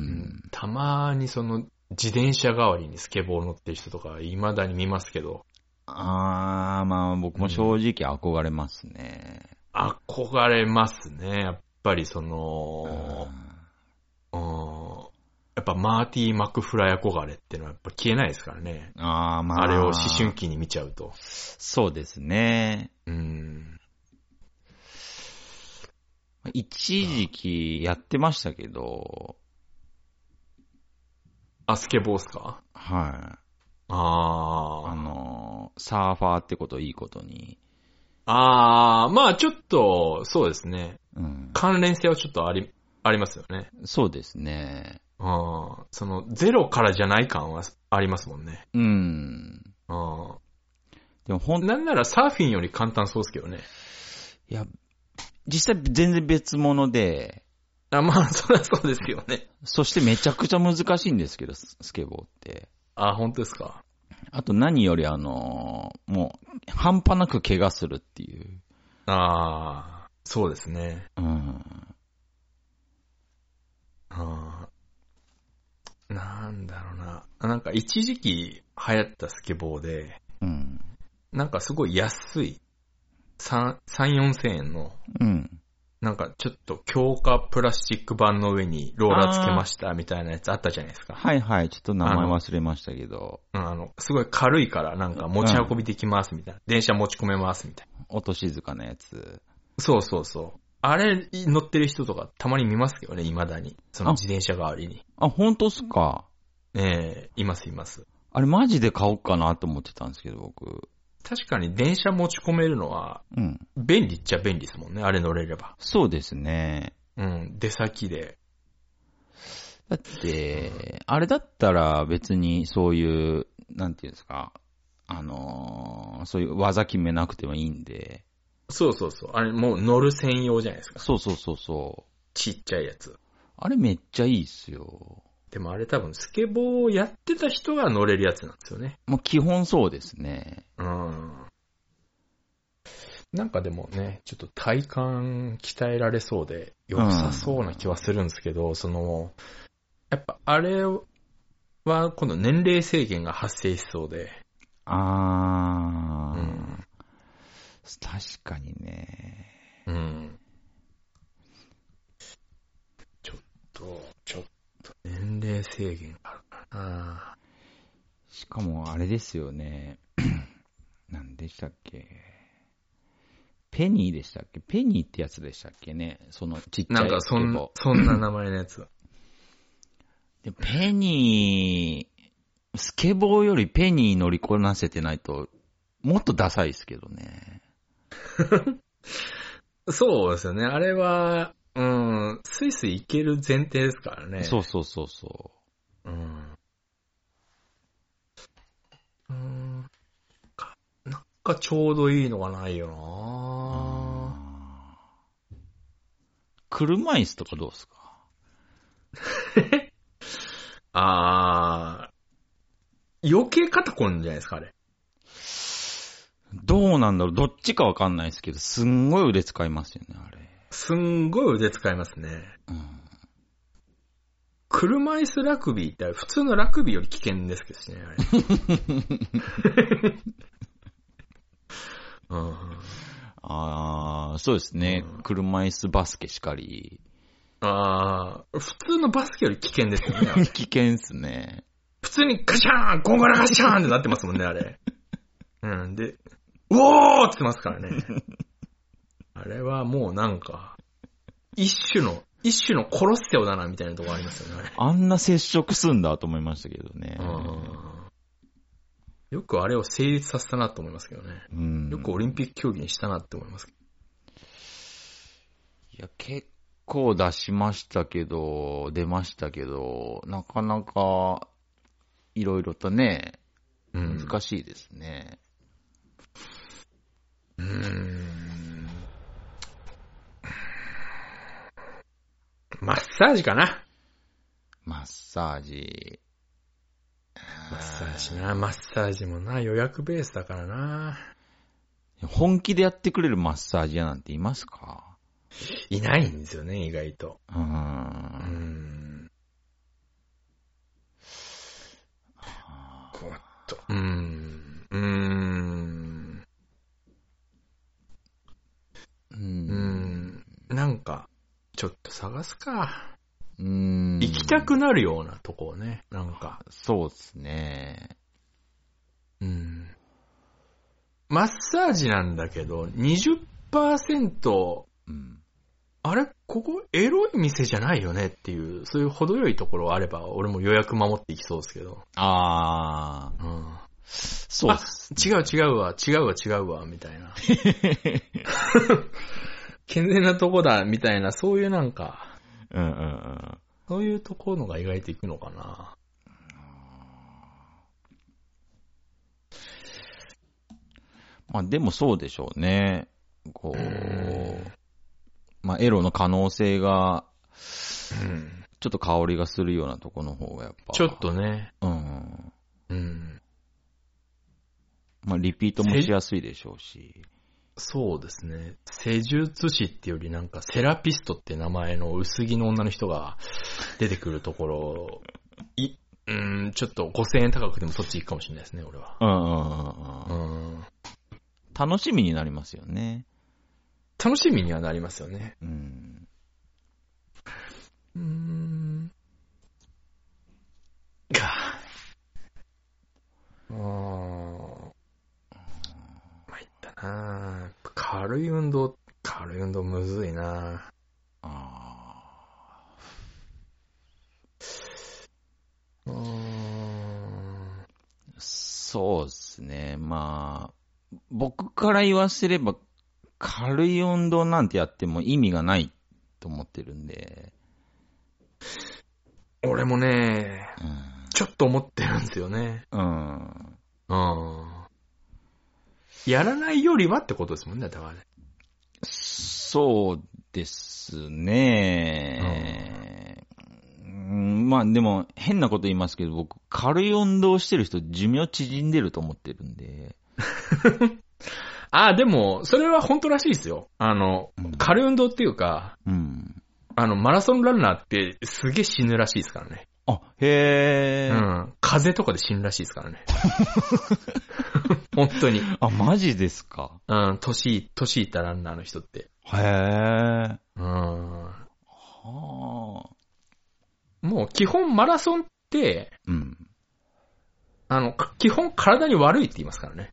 ん、
たまにその自転車代わりにスケボー乗ってる人とか未だに見ますけど、
うん。ああ、まあ僕も正直憧れますね。
憧れますね。やっぱりそ
あ
の、
ー
うんやっぱマーティー・マクフライ憧れってのはやっぱ消えないですからね。
ああ、まあ。
あれを思春期に見ちゃうと。
そうですね。
うん。
一時期やってましたけど、
あ、スケボーっすか
はい。あ
あー。
のー、サーファーってことをいいことに。
あー、まあちょっと、そうですね。
うん。
関連性はちょっとあり、ありますよね。
そうですね。
うん。その、ゼロからじゃない感はありますもんね。
うん。
うん。
でも本当
なんならサーフィンより簡単そうですけどね。
いや、実際全然別物で、
あ、まあ、 [LAUGHS] そりゃそうですよね。
そしてめちゃくちゃ難しいんですけど、ススケボーって。
あ、本当ですか。
あと何よりあのー、もう、半端なく怪我するっていう。
あー、そうですね。
うん。
あーなんだろうな。なんか一時期流行ったスケボーで、
うん。
なんかすごい安い、3、3 4千円の、
うん。
なんかちょっと強化プラスチック板の上にローラーつけましたみたいなやつあったじゃないですか。
はいはい、ちょっと名前忘れましたけど、
うん、あの、すごい軽いからなんか持ち運びできますみたいな。電車持ち込めますみたいな。
音静かなやつ。
そうそうそう。あれ乗ってる人とかたまに見ますけどね、未だに。その自転車代わりに。
あ、本当っすか。
ええいますいます。
あれマジで買おうかなと思ってたんですけど、僕。
確かに電車持ち込めるのは
うん。
便利っちゃ便利ですもんね、あれ乗れれば。
そうですね。
うん、出先で。
だって、あれだったら別にそういう、なんていうんですか、あのーそういう技決めなくてもいいんで。
そうそうそう。あれもう乗る専用じゃないですか。
そうそうそうそう。
ちっちゃいやつ。
あれめっちゃいいっすよ。
でもあれ多分スケボーをやってた人が乗れるやつなんですよね。
もう基本そうですね。
うん。なんかでもね、ちょっと体幹鍛えられそうで良さそうな気はするんですけど、その、やっぱあれは、この年齢制限が発生しそうで。
あー、
うん
確かにね。
うん。ちょっと、ちょっと年齢制限があるからな
しかもあれですよね。 [CLEARS THROAT] 何でしたっけペニーでしたっけペニーってやつでしたっけねそのちっちゃい
なんかそん
け
な
ど、
そんな名前のやつ。
でペニー、スケボーよりペニー乗りこなせてないと、もっとダサいですけどね。
そうですよね。あれは、うん、スイスイ行ける前提ですからね。
そうそうそうそう。
うん。うん。かなんかちょうどいいのがないよな
車椅子とかどうですか
あー。余計肩こるんじゃないですか、あれ。
どうなんだろうどっちかわかんないですけど、すんごい腕使いますよね、あれ。
すんごい腕使いますね。
うん。
車椅子ラグビーって普通のラグビーより危険ですけどね、あれ。 [LAUGHS] うん、
あー、そうですね。車椅子バスケしかり。 [LAUGHS]
あー普通のバスケより危険ですよね。あれ
危険っすね。
普通にガシャーンゴンゴラガシャーンってなってますもんね、あれ。 [LAUGHS] うん、で、うおーってますから [LAUGHS] ね。あれはもうなんか、一種の、一種の殺せよだな、みたいなとこありますよね、
あんな接触すんだと思いましたけどね
あれ。。うんよくあれを成立させたなと思いますけどね。
うん。
よくオリンピック競技にしたなって思いますけ
いや、結構出しましたけど、出ましたけど、なかなか、いろいろとね、
ど。うん
難しいですね。
うーんマッサージかな
マッサージ。
マッサージな、マッサージもな、予約ベースだからな。
本気でやってくれるマッサージ屋なんていますか
いないんですよね、意外と。
うー
うー
ん。
ん。困った。うーん。うーん。
う。
うんん。なんか、ちょっと探すか。
うん
行きたくなるようなとこをね、なんか。
そうですね。
うんマッサージなんだけど、20%、
うん。
あれここエロい店じゃないよねっていう、そういう程よいところあれば、俺も予約守っていきそうですけど。
あー、
うん、
そうっす。
違う違うわ、違うわ違うわ、みたいな。健全なとこだ、みたいな、そういうなんか、
うんうんうん。
そういうところのが意外といくのかな。
まあでもそうでしょうね。こう、まあエロの可能性が、
うん、
ちょっと香りがするようなとこの方がやっぱ。
ちょっ。とね、
うん。
うん、
まあリピートもしやすいでしょうし。
そうですね。施術師ってよりなんかセラピストって名前の薄着の女の人が出てくるところ、い、うーん、ちょっと5000円高くてもそっち行くかもしれないですね、俺は。
うんうんうんうん
う。ん。
楽しみになりますよね。
楽しみにはなりますよね。
うん。
うーん。か。うーん。まいったなぁ軽い運動、軽い運動むずいなぁ
あ
うーん。
ーそうですね。まあ、僕から言わせれば、軽い運動なんてやっても意味がないと思ってるんで、
俺もね、
うん。
ちょっと思ってるんですよね。
うん。
うん。やらないよりはってことですもんね、だからね。
そうですね。うん、まあでも、変なこと言いますけど、僕、軽い運動してる人、寿命縮んでると思ってるんで。
あ、でも、それは本当らしいですよ。あの、
うん
軽い運動っていうか、
うん。
あの、マラソンランナーってすげえ死ぬらしいですからね。
ああ、へえ、
うん。風邪とかで死ぬらしいですからね。本当に。
あ、マジですか。
うん、年、年いったランナーの人って。
へえ。は
うん。
あ。
もう基本マラソンって、
うん。
あの、か基本体に悪いって言いますからね。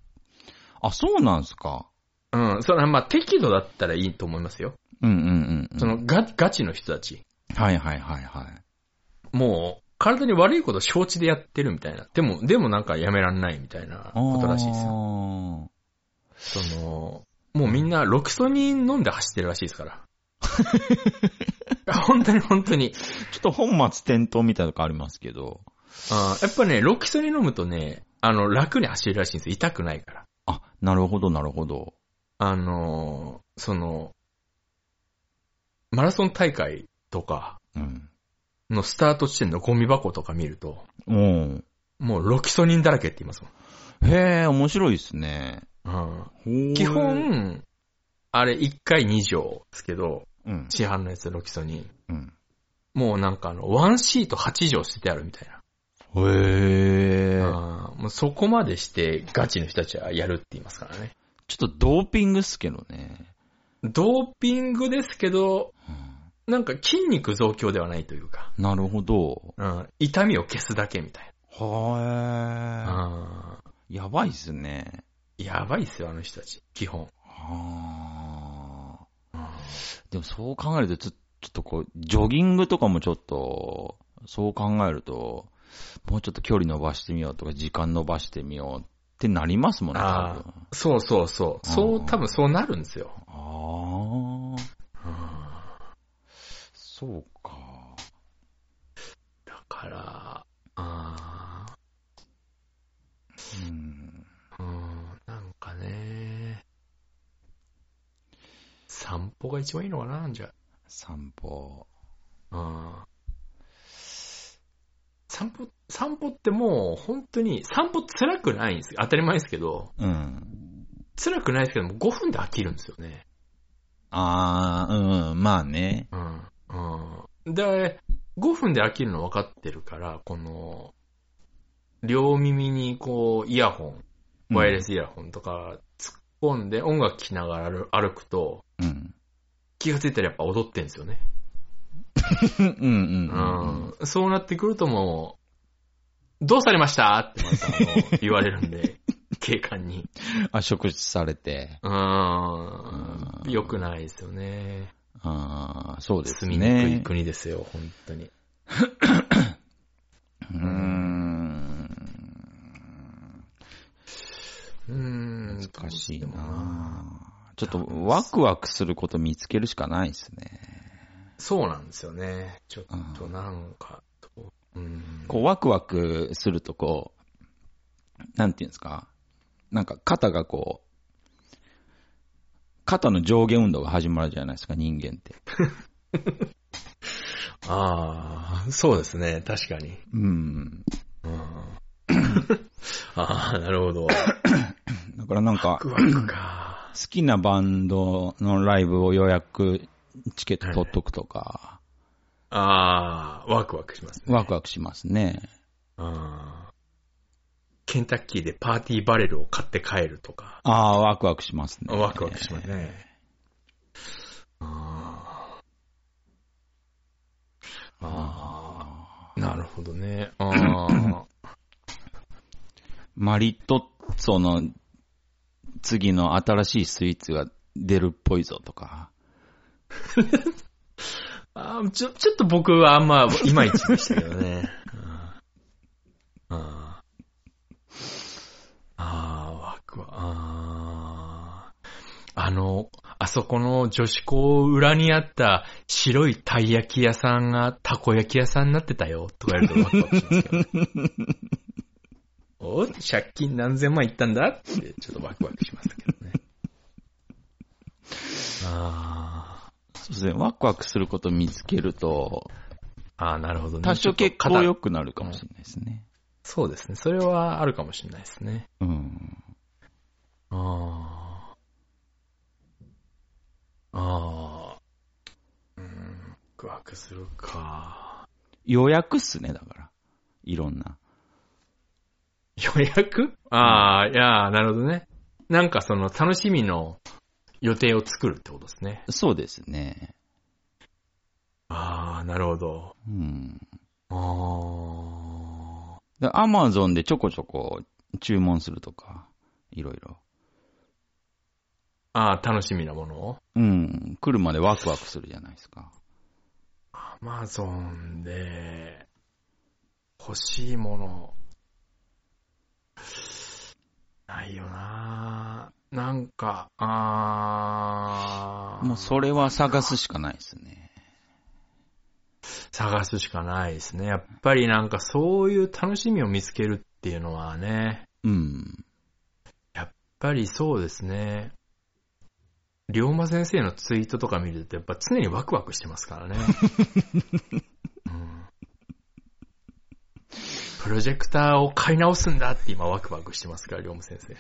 あ、そうなんすか。
うん。それはまあ適度だったらいいと思いますよ。
うんうんうんうん。
そのガガチの人たち。
はいはいはいはい。
もう、体に悪いことを承知でやってるみたいな。でも、でもなんかやめらんないみたいなことらしいですよ。
よ。
その、もうみんなロキソニン飲んで走ってるらしい [LAUGHS] ですから。本当に本当に。
ちょっと本末転倒みたいなとこありますけど。
あーやっぱね、ロキソニン飲むとね、あの、楽に走れるらしいんですよ。痛くないから。
あ、なるほどなるほど。
あのーその、マラソン大会とか
うん。
のスタート地点のゴミ箱とか見ると、
うん。
もうロキソニンだらけって言います
へえ、面白いですね。
もん。うん
ほー
基、本、あれ1回2錠ですけど、
うん。
市販のやつロキソニン。
うん。
もうなんかあの、ワンシート8錠捨ててあるみたいな。
へえ。
あーもうそこまでしてガチの人たちはやるって言いますからね。
ちょっとドーピングっすけどね。
ドーピングですけど、
うん
なんか筋肉増強ではないというか、
なるほど。
うん、痛みを消すだけみたいな。
は
うん
え。やばいっすね。
やばいっすよ、あの人たち。基本。
はあ。
うん
でもそう考えると、ちょちょっとこう、ジョギングとかもちょっと、そう考えると、もうちょっと距離伸ばしてみようとか、時間伸ばしてみようってなりますもんね、
あ
多
ー
分。
そうそうそう。そうう、
ん
多分そうなるんですよ。
ああ。
だ
そうか。
から、あ
うん。
ーうん、なんかね、散歩が一番いいのかな、じゃ
散歩。
あ。うん散歩、散歩ってもう本当に、散歩辛くないんですよ。当たり前ですけど、
うん。
辛くないですけども、5分で飽きるんですよね。
ああ、うん、まあね。
うん。うん。で、5分で飽きるの分かってるから、この、両耳にこう、イヤホン、ワイヤレスイヤホンとか突っ込んで音楽聴きながら歩歩くと、
うん。
気がついたらやっぱ踊ってんですよね。
うん、うん、うん
う
うん。
ん。そうなってくるともう、どうされましたってまたあの言われるん [LAUGHS] で、警官に。
あ、触手されて。
うん。
うん
良くないですよね。
ああ、そうです
住みにくい
ね。
国ですよ、本当に。
うーん。
うん。
難しい
どうしても
なちょっとワクワクすること見つけるしかないですね。
そうなんですよね。ちょっとなんか、うん。
こうワクワクするとこう、なんていうんですか。なんか肩がこう、肩の上下運動が始まるじゃないですか、人間って。
ああ、そうですね。確かに。
うん。
うん、ああ、なるほど。ワ
だからなんか、
クワクか。
好きなバンドのライブを予約、チケット取っとくとか、
ああ、ワクワクしますね。
ワクワクしますね。
あーケンタッキーでパーティーバレルを買って帰るとか。
ああ、ワクワクしますね。
ワクワクしますね。あーあー、なるほどね。あ [LAUGHS] あ。
マリトッツォの次の新しいスイーツが出るっぽいぞとか。
あーちょ、ちょっと僕はあん [LAUGHS] ま、いまいちでしたけどね。ああー。あーわくわ。あーあの、あそこの女子校裏にあった白いたい焼き屋さんがたこ焼き屋さんになってたよ、とか言われるとワクワクしますけど。 [LAUGHS] お借金何千万いったんだって、ちょっとワクワクしますけ [LAUGHS] どね。あ
そうですね。ワクワクすること見つけると、
ーあー、なるほどね。
多少結
ちょっと
構
肩
良くなるかもしれないですね。
そうですね。それはあるかもしれないですね。
うん。
ああ。ああ。うん。ワクワクするか。
予約っすね、だから。いろんな。
予約ああ、いやーなるほどね。なんかその楽しみの予定を作るってことですね。
そうですね。
ああ、なるほど。
うん。
ああ。
で、アマゾンでちょこちょこ注文するとか、いろいろ。
ああ、楽しみなものを
うん。来るまでワクワクするじゃないですか。
アマゾンで、欲しいもの、ないよななんか、あー
もうそれは探すしかないですね。
探すしかないですね。やっぱりなんかそういう楽しみを見つけるっていうのはね、
うん。
やっぱりそうですね。龍馬先生のツイートとか見ると、やっぱ常にワクワクしてますからね。うんプロジェクターを買い直すんだって今ワクワクしてますから、龍馬先生。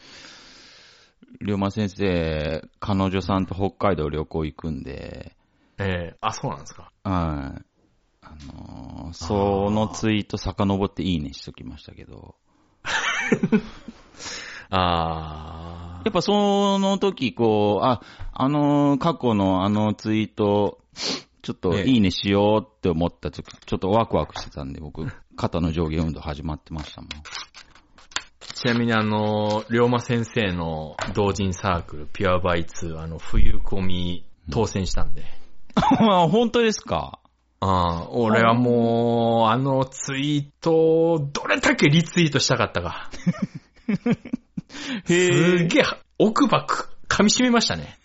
龍馬先生、彼女さんと北海道旅行行くんで、
ええあ、そうなんですか。
はい。あのーそのツイート遡っていいねしときましたけど、
あ
やっぱその時、こう、あ、あのー過去のあのツイート、ちょっと
ええ
いいねしようって思った時、ちょっとワクワクしてたんで、僕、肩の上下運動始まってましたもん。
ちなみにあの、龍馬先生の同人サークル、ピュアバイ2、あの、冬込み当選したんで。
[LAUGHS] あ本当ですか
ああ、俺はもう、あのツイートをどれだけリツイートしたかったか。す
え。
げえ、奥歯く噛み締めましたね。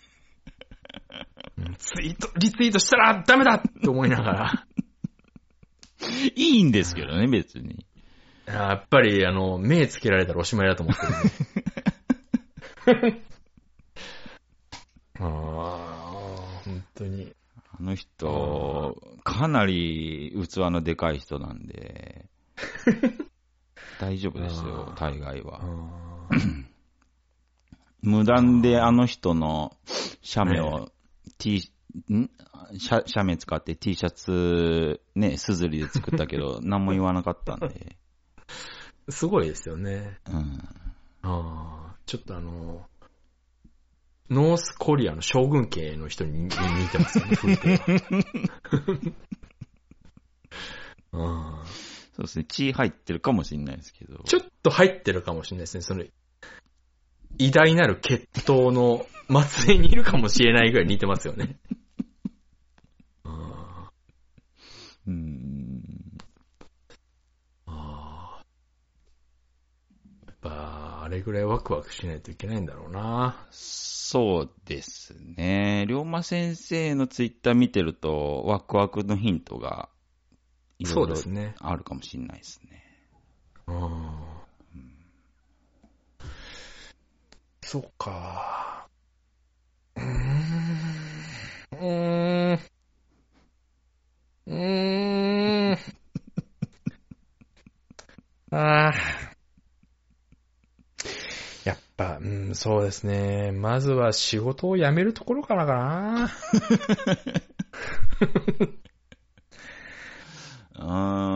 うんツイート、リツイートしたらダメだって思いなが
いいんですけどね、別に。
ら。やっぱり、あの、目つけられたらおしまいだと思ってるんで。ああ、本当に。
あの人、かなり器のでかい人なん [LAUGHS] で、大丈夫ですよ
あ、ー
大概
あ
は。
あ
無断であの人の写メを T、ん写写メ使って T シャツ、ね、すずりで作ったけ [LAUGHS] ど、何も言わなかったんで。
すごいですよね。
うん。
ああ、ちょっとあの、ノースコリアの将軍系の人にに似てますよね、風景はああ
そうですね、血入ってるかもしれないですけど。
ちょっと入ってるかもしれないですね、その、偉大なる血統の末裔にいるかもしれないぐらい似てますよね。あ
うん。
あああやっぱ、あれぐらいワクワクしないといけないんだろうな。
そうですね。龍馬先生のツイッター見てると、ワクワクのヒントが、い
そ
ろいう
で
ろ
すね。
あるかもしれないですね。
そうか。うーん。うーん。うーん。ああ。やっぱ、うん、そうですね。まずは仕事を辞めるところからかな。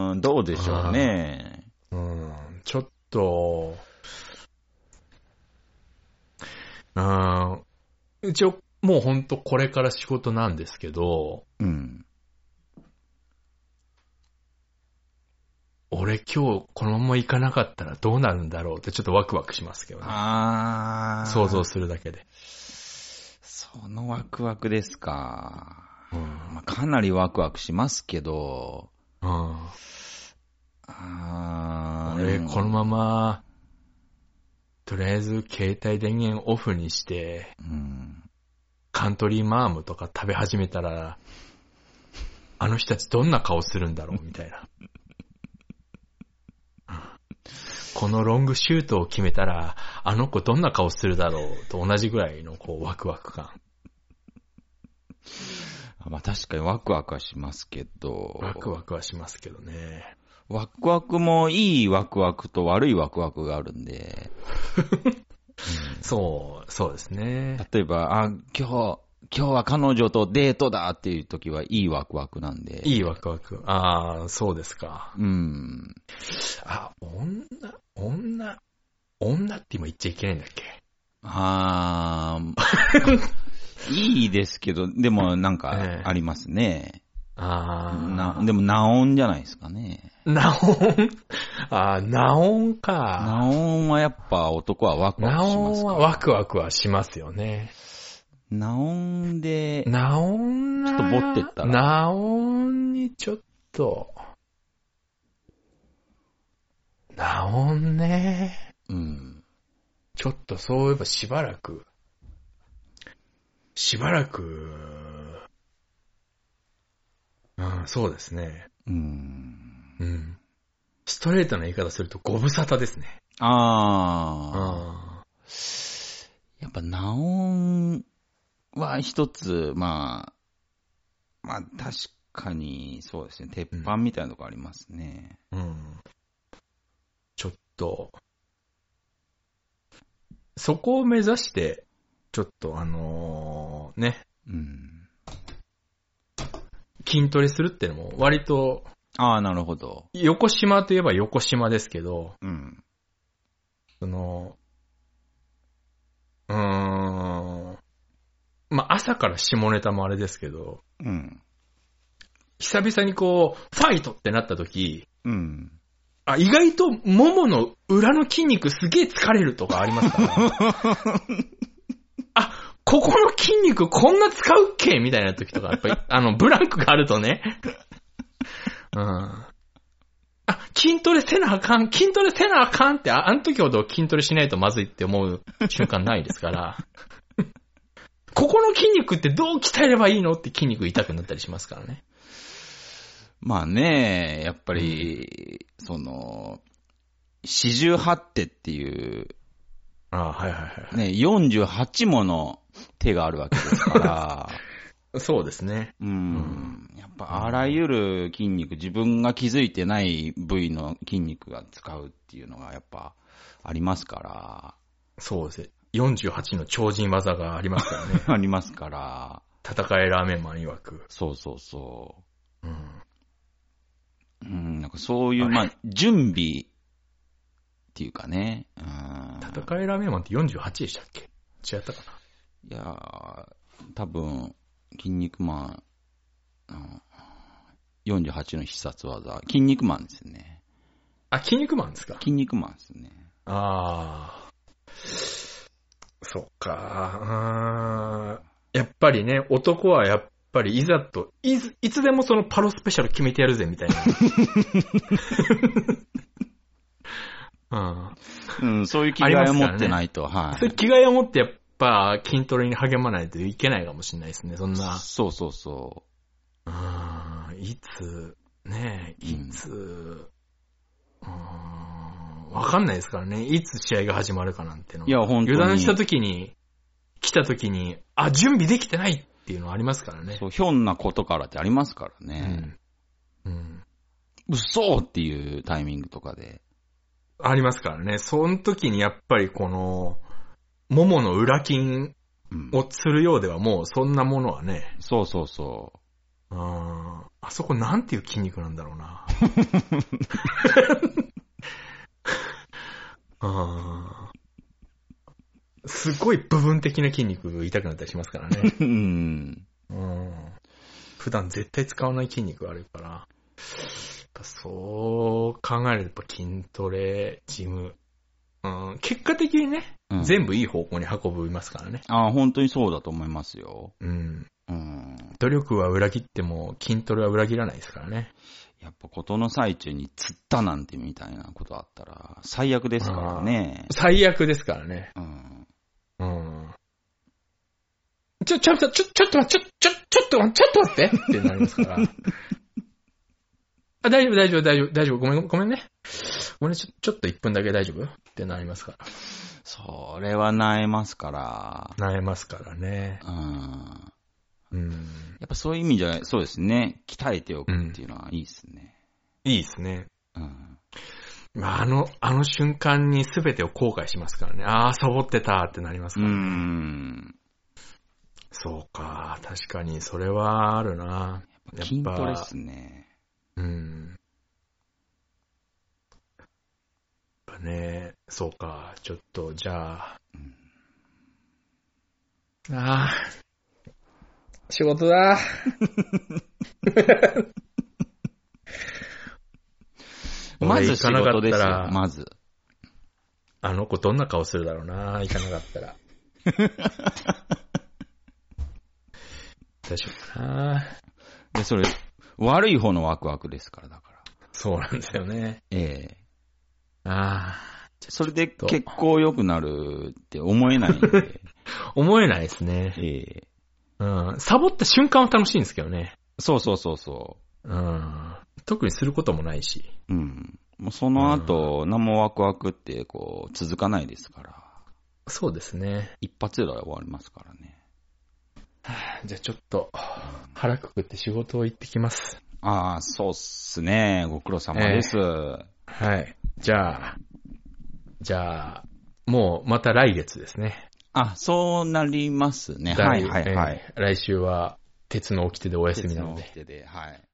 うーん、どうでしょうね。
うんちょっと、うん、一応、もうほんとこれから仕事なんですけど、
うん。
俺今日このまま行かなかったらどうなるんだろうってちょっとワクワクしますけどね。
あー。
想像するだけで。
そのワクワクですか。
うん
まあ、かなりワクワクしますけど、
うん
あー
俺
でも
このまま、とりあえず携帯電源オフにして、
うん、
カントリーマームとか食べ始めたら、あの人たちどんな顔するんだろうみたいな。このロングシュートを決めたら、あの子どんな顔するだろうと同じぐらいのこうワクワク感。
あまあ確かにワクワクはしますけど、
ワクワクはしますけどね。
ワクワクもいいワクワクと悪いワクワクがあるんで、
そう、そうですね。
例えば、あ、今日、今日は彼女とデートだっていう時はいいワクワクなんで。
いいワクワク。ああ、そうですか。
うん。
あ、女、女、女って今言っちゃいけないんだっけ
あ
[LAUGHS]
ーいいですけど、でもなん
ええ
かありますね。
ああ。
なでも、ナオンじゃないですかね。
なおん、 [LAUGHS] ああ、なおんか。
ナオンはやっぱ男はワクワ
な
クし
お
ます
ん
から
はワクワクはしますよね。
ナオンで、
なおんな。
ちょっと持ってったら
なおんにちょっと。なおんね。
うん。
ちょっとそういえばしばらく、しばらく、うん、そうですね。
うん。
うん。ストレートな言い方するとご無沙汰ですね。
ああ。
あ
やっぱナオンは一つ、まあ、まあ確かにそうですね、鉄板みたいなとこありますね。
あ。うん。ちょっと、そこを目指して、ちょっとあのーね、
うん。
筋トレするってのも割と、
ああ、なるほど。
横島といえば横島ですけど、
うん。
その、うーん、まあ、朝から下ネタもあれですけど、
うん。
久々にこう、ファイトってなった時、
うん。
あ、意外と、ももの裏の筋肉すげえ疲れるとかありますから。 [LAUGHS] あ、ここの筋肉こんな使うっけみたいな時とか、やっ [LAUGHS] ぱり、あの、ブランクがあると [LAUGHS] ね。うん。あ、筋トレせなあかん、筋トレせなあかんって、ああの時ほど筋トレしないとまずいって思う瞬間ないです [LAUGHS] から。ここの筋肉ってどう鍛えればいいのって筋肉痛くなったりしますからね。
まあね、やっぱり、その、四十八手っていう、
あはいはいは
ね、48もの手があるわけですから、
い。そうですね。
[LAUGHS] うん。やっぱあらゆる筋肉、自分が気づいてない部位の筋肉が使うっていうのがやっぱありますか
そうですね。48の超人技がありますから [LAUGHS] ね。
ら、 [LAUGHS] ありますから、
戦えラーメンマン曰く。
そうそうそ
うん。
う。うん、なんかそういう、
あれ
まあ、準備っていうかね、うん。
戦えラーメンマンって48でしたっけ違ったか
いやー、多分、筋肉マン、うん、48の必殺技、筋肉マンですね。
なあ、筋肉マンですか
筋肉マンですね。
ああ。そっか。うーん。やっぱりね、男はやっぱりいざと、いつ、いつでもそのパロスペシャル決めてやるぜ、みた [LAUGHS] いな。
うん、そういう気
あります
概を
か
持
らね
ってないと、
うん。
は
そういう
い。
着替えを持ってやっぱ筋トレに励まないといけないかもしれないですね、そんな。
そうそうそう
ーん、いつ、ねえ、いつ、うーん、わかんないですからね。いつ試合が始まるかなんての。
う。いや、本当に。
油断した時に、来た時に、あ、準備できてないっていうのはありますからね。
そう、ひょんなことからってありますから
う
ね。
ん。うん。
嘘っていうタイミングとかで。
ありますからね。その時にやっぱりこの、ももの裏筋
うん、
をするようではもうそんなものはね、
そうそうそう
ーん、あそこなんていう筋肉なんだろうな。
[LAUGHS]
あーすごい部分的な筋肉痛くなったりしますから
[LAUGHS]
ね。
う。うん。
うん。普段絶対使わない筋肉があるから。やっぱそう考えるとやっぱ筋トレ、ジム。うん、結果的にね、
うん
全部いい方向に運ぶいますからね。
あ本当にそうだと思いますよ。
うん。
うん。
努力は裏切っても筋トレは裏切らないですからね。
やっぱことの最中に釣ったなんてみたいなことあったら、最悪ですからね。
最悪ですからね。
うん。
うん。ちょ、ちょ、ちょ、ちょ、ちょっと待って、ちょ、ちょ、ちょっと待って、ちょっと待ってってなりますから。あ、大丈夫、大丈夫、大丈夫、大丈夫、ごめん、ごめんね。ごめんね、ちょ、ちょっと1分だけ大丈夫ってなりますから。
それは萎えますから。
なれますからね。う
うん。
ん。
やっぱそういう意味じゃ、そうですね。鍛えておくっていうのはいいですね。
いいですね。
うん。
まあ、あの、あの瞬間に全てを後悔しますからね。ああ、サボってたってなります
う
から。
ん。
そうか。確かに、それはあるな。やっぱ
筋トレっすね。
うん。やっぱね、そうか。ちょっと、じゃあ。ああ。仕事だ。
まず
[LAUGHS] 俺行
仕
かなか
事
っ
です
た
よ、
ら、
まず。
あの子どんな顔するだろうな。行かなかった
[LAUGHS]
ら。大丈夫かな。
で、それ、悪い方のワクワクですから、だから。
そうなんだよね。
ええ
あ
それで
と
結構良くなるって思えないんで、 [LAUGHS]
あ。思えないですね。
ええ
うん。サボった瞬間は楽しいんですけどね。
そうそうそうそ
うん。特にすることもないし。
う。うん。もうその後、何もワクワクって、こう、続かないですから。
そうですね。
一発で終わりますからね。
じゃあちょっと、腹くくって仕事を行ってきます。
ああ、そうっすね。ご苦労様です。
はい。じゃあ、じゃあ、もうまた来月ですね。
あ、そうなりますね。はいはいはい。
えー来週は、鉄の掟でお休みなので。
手の手ではい。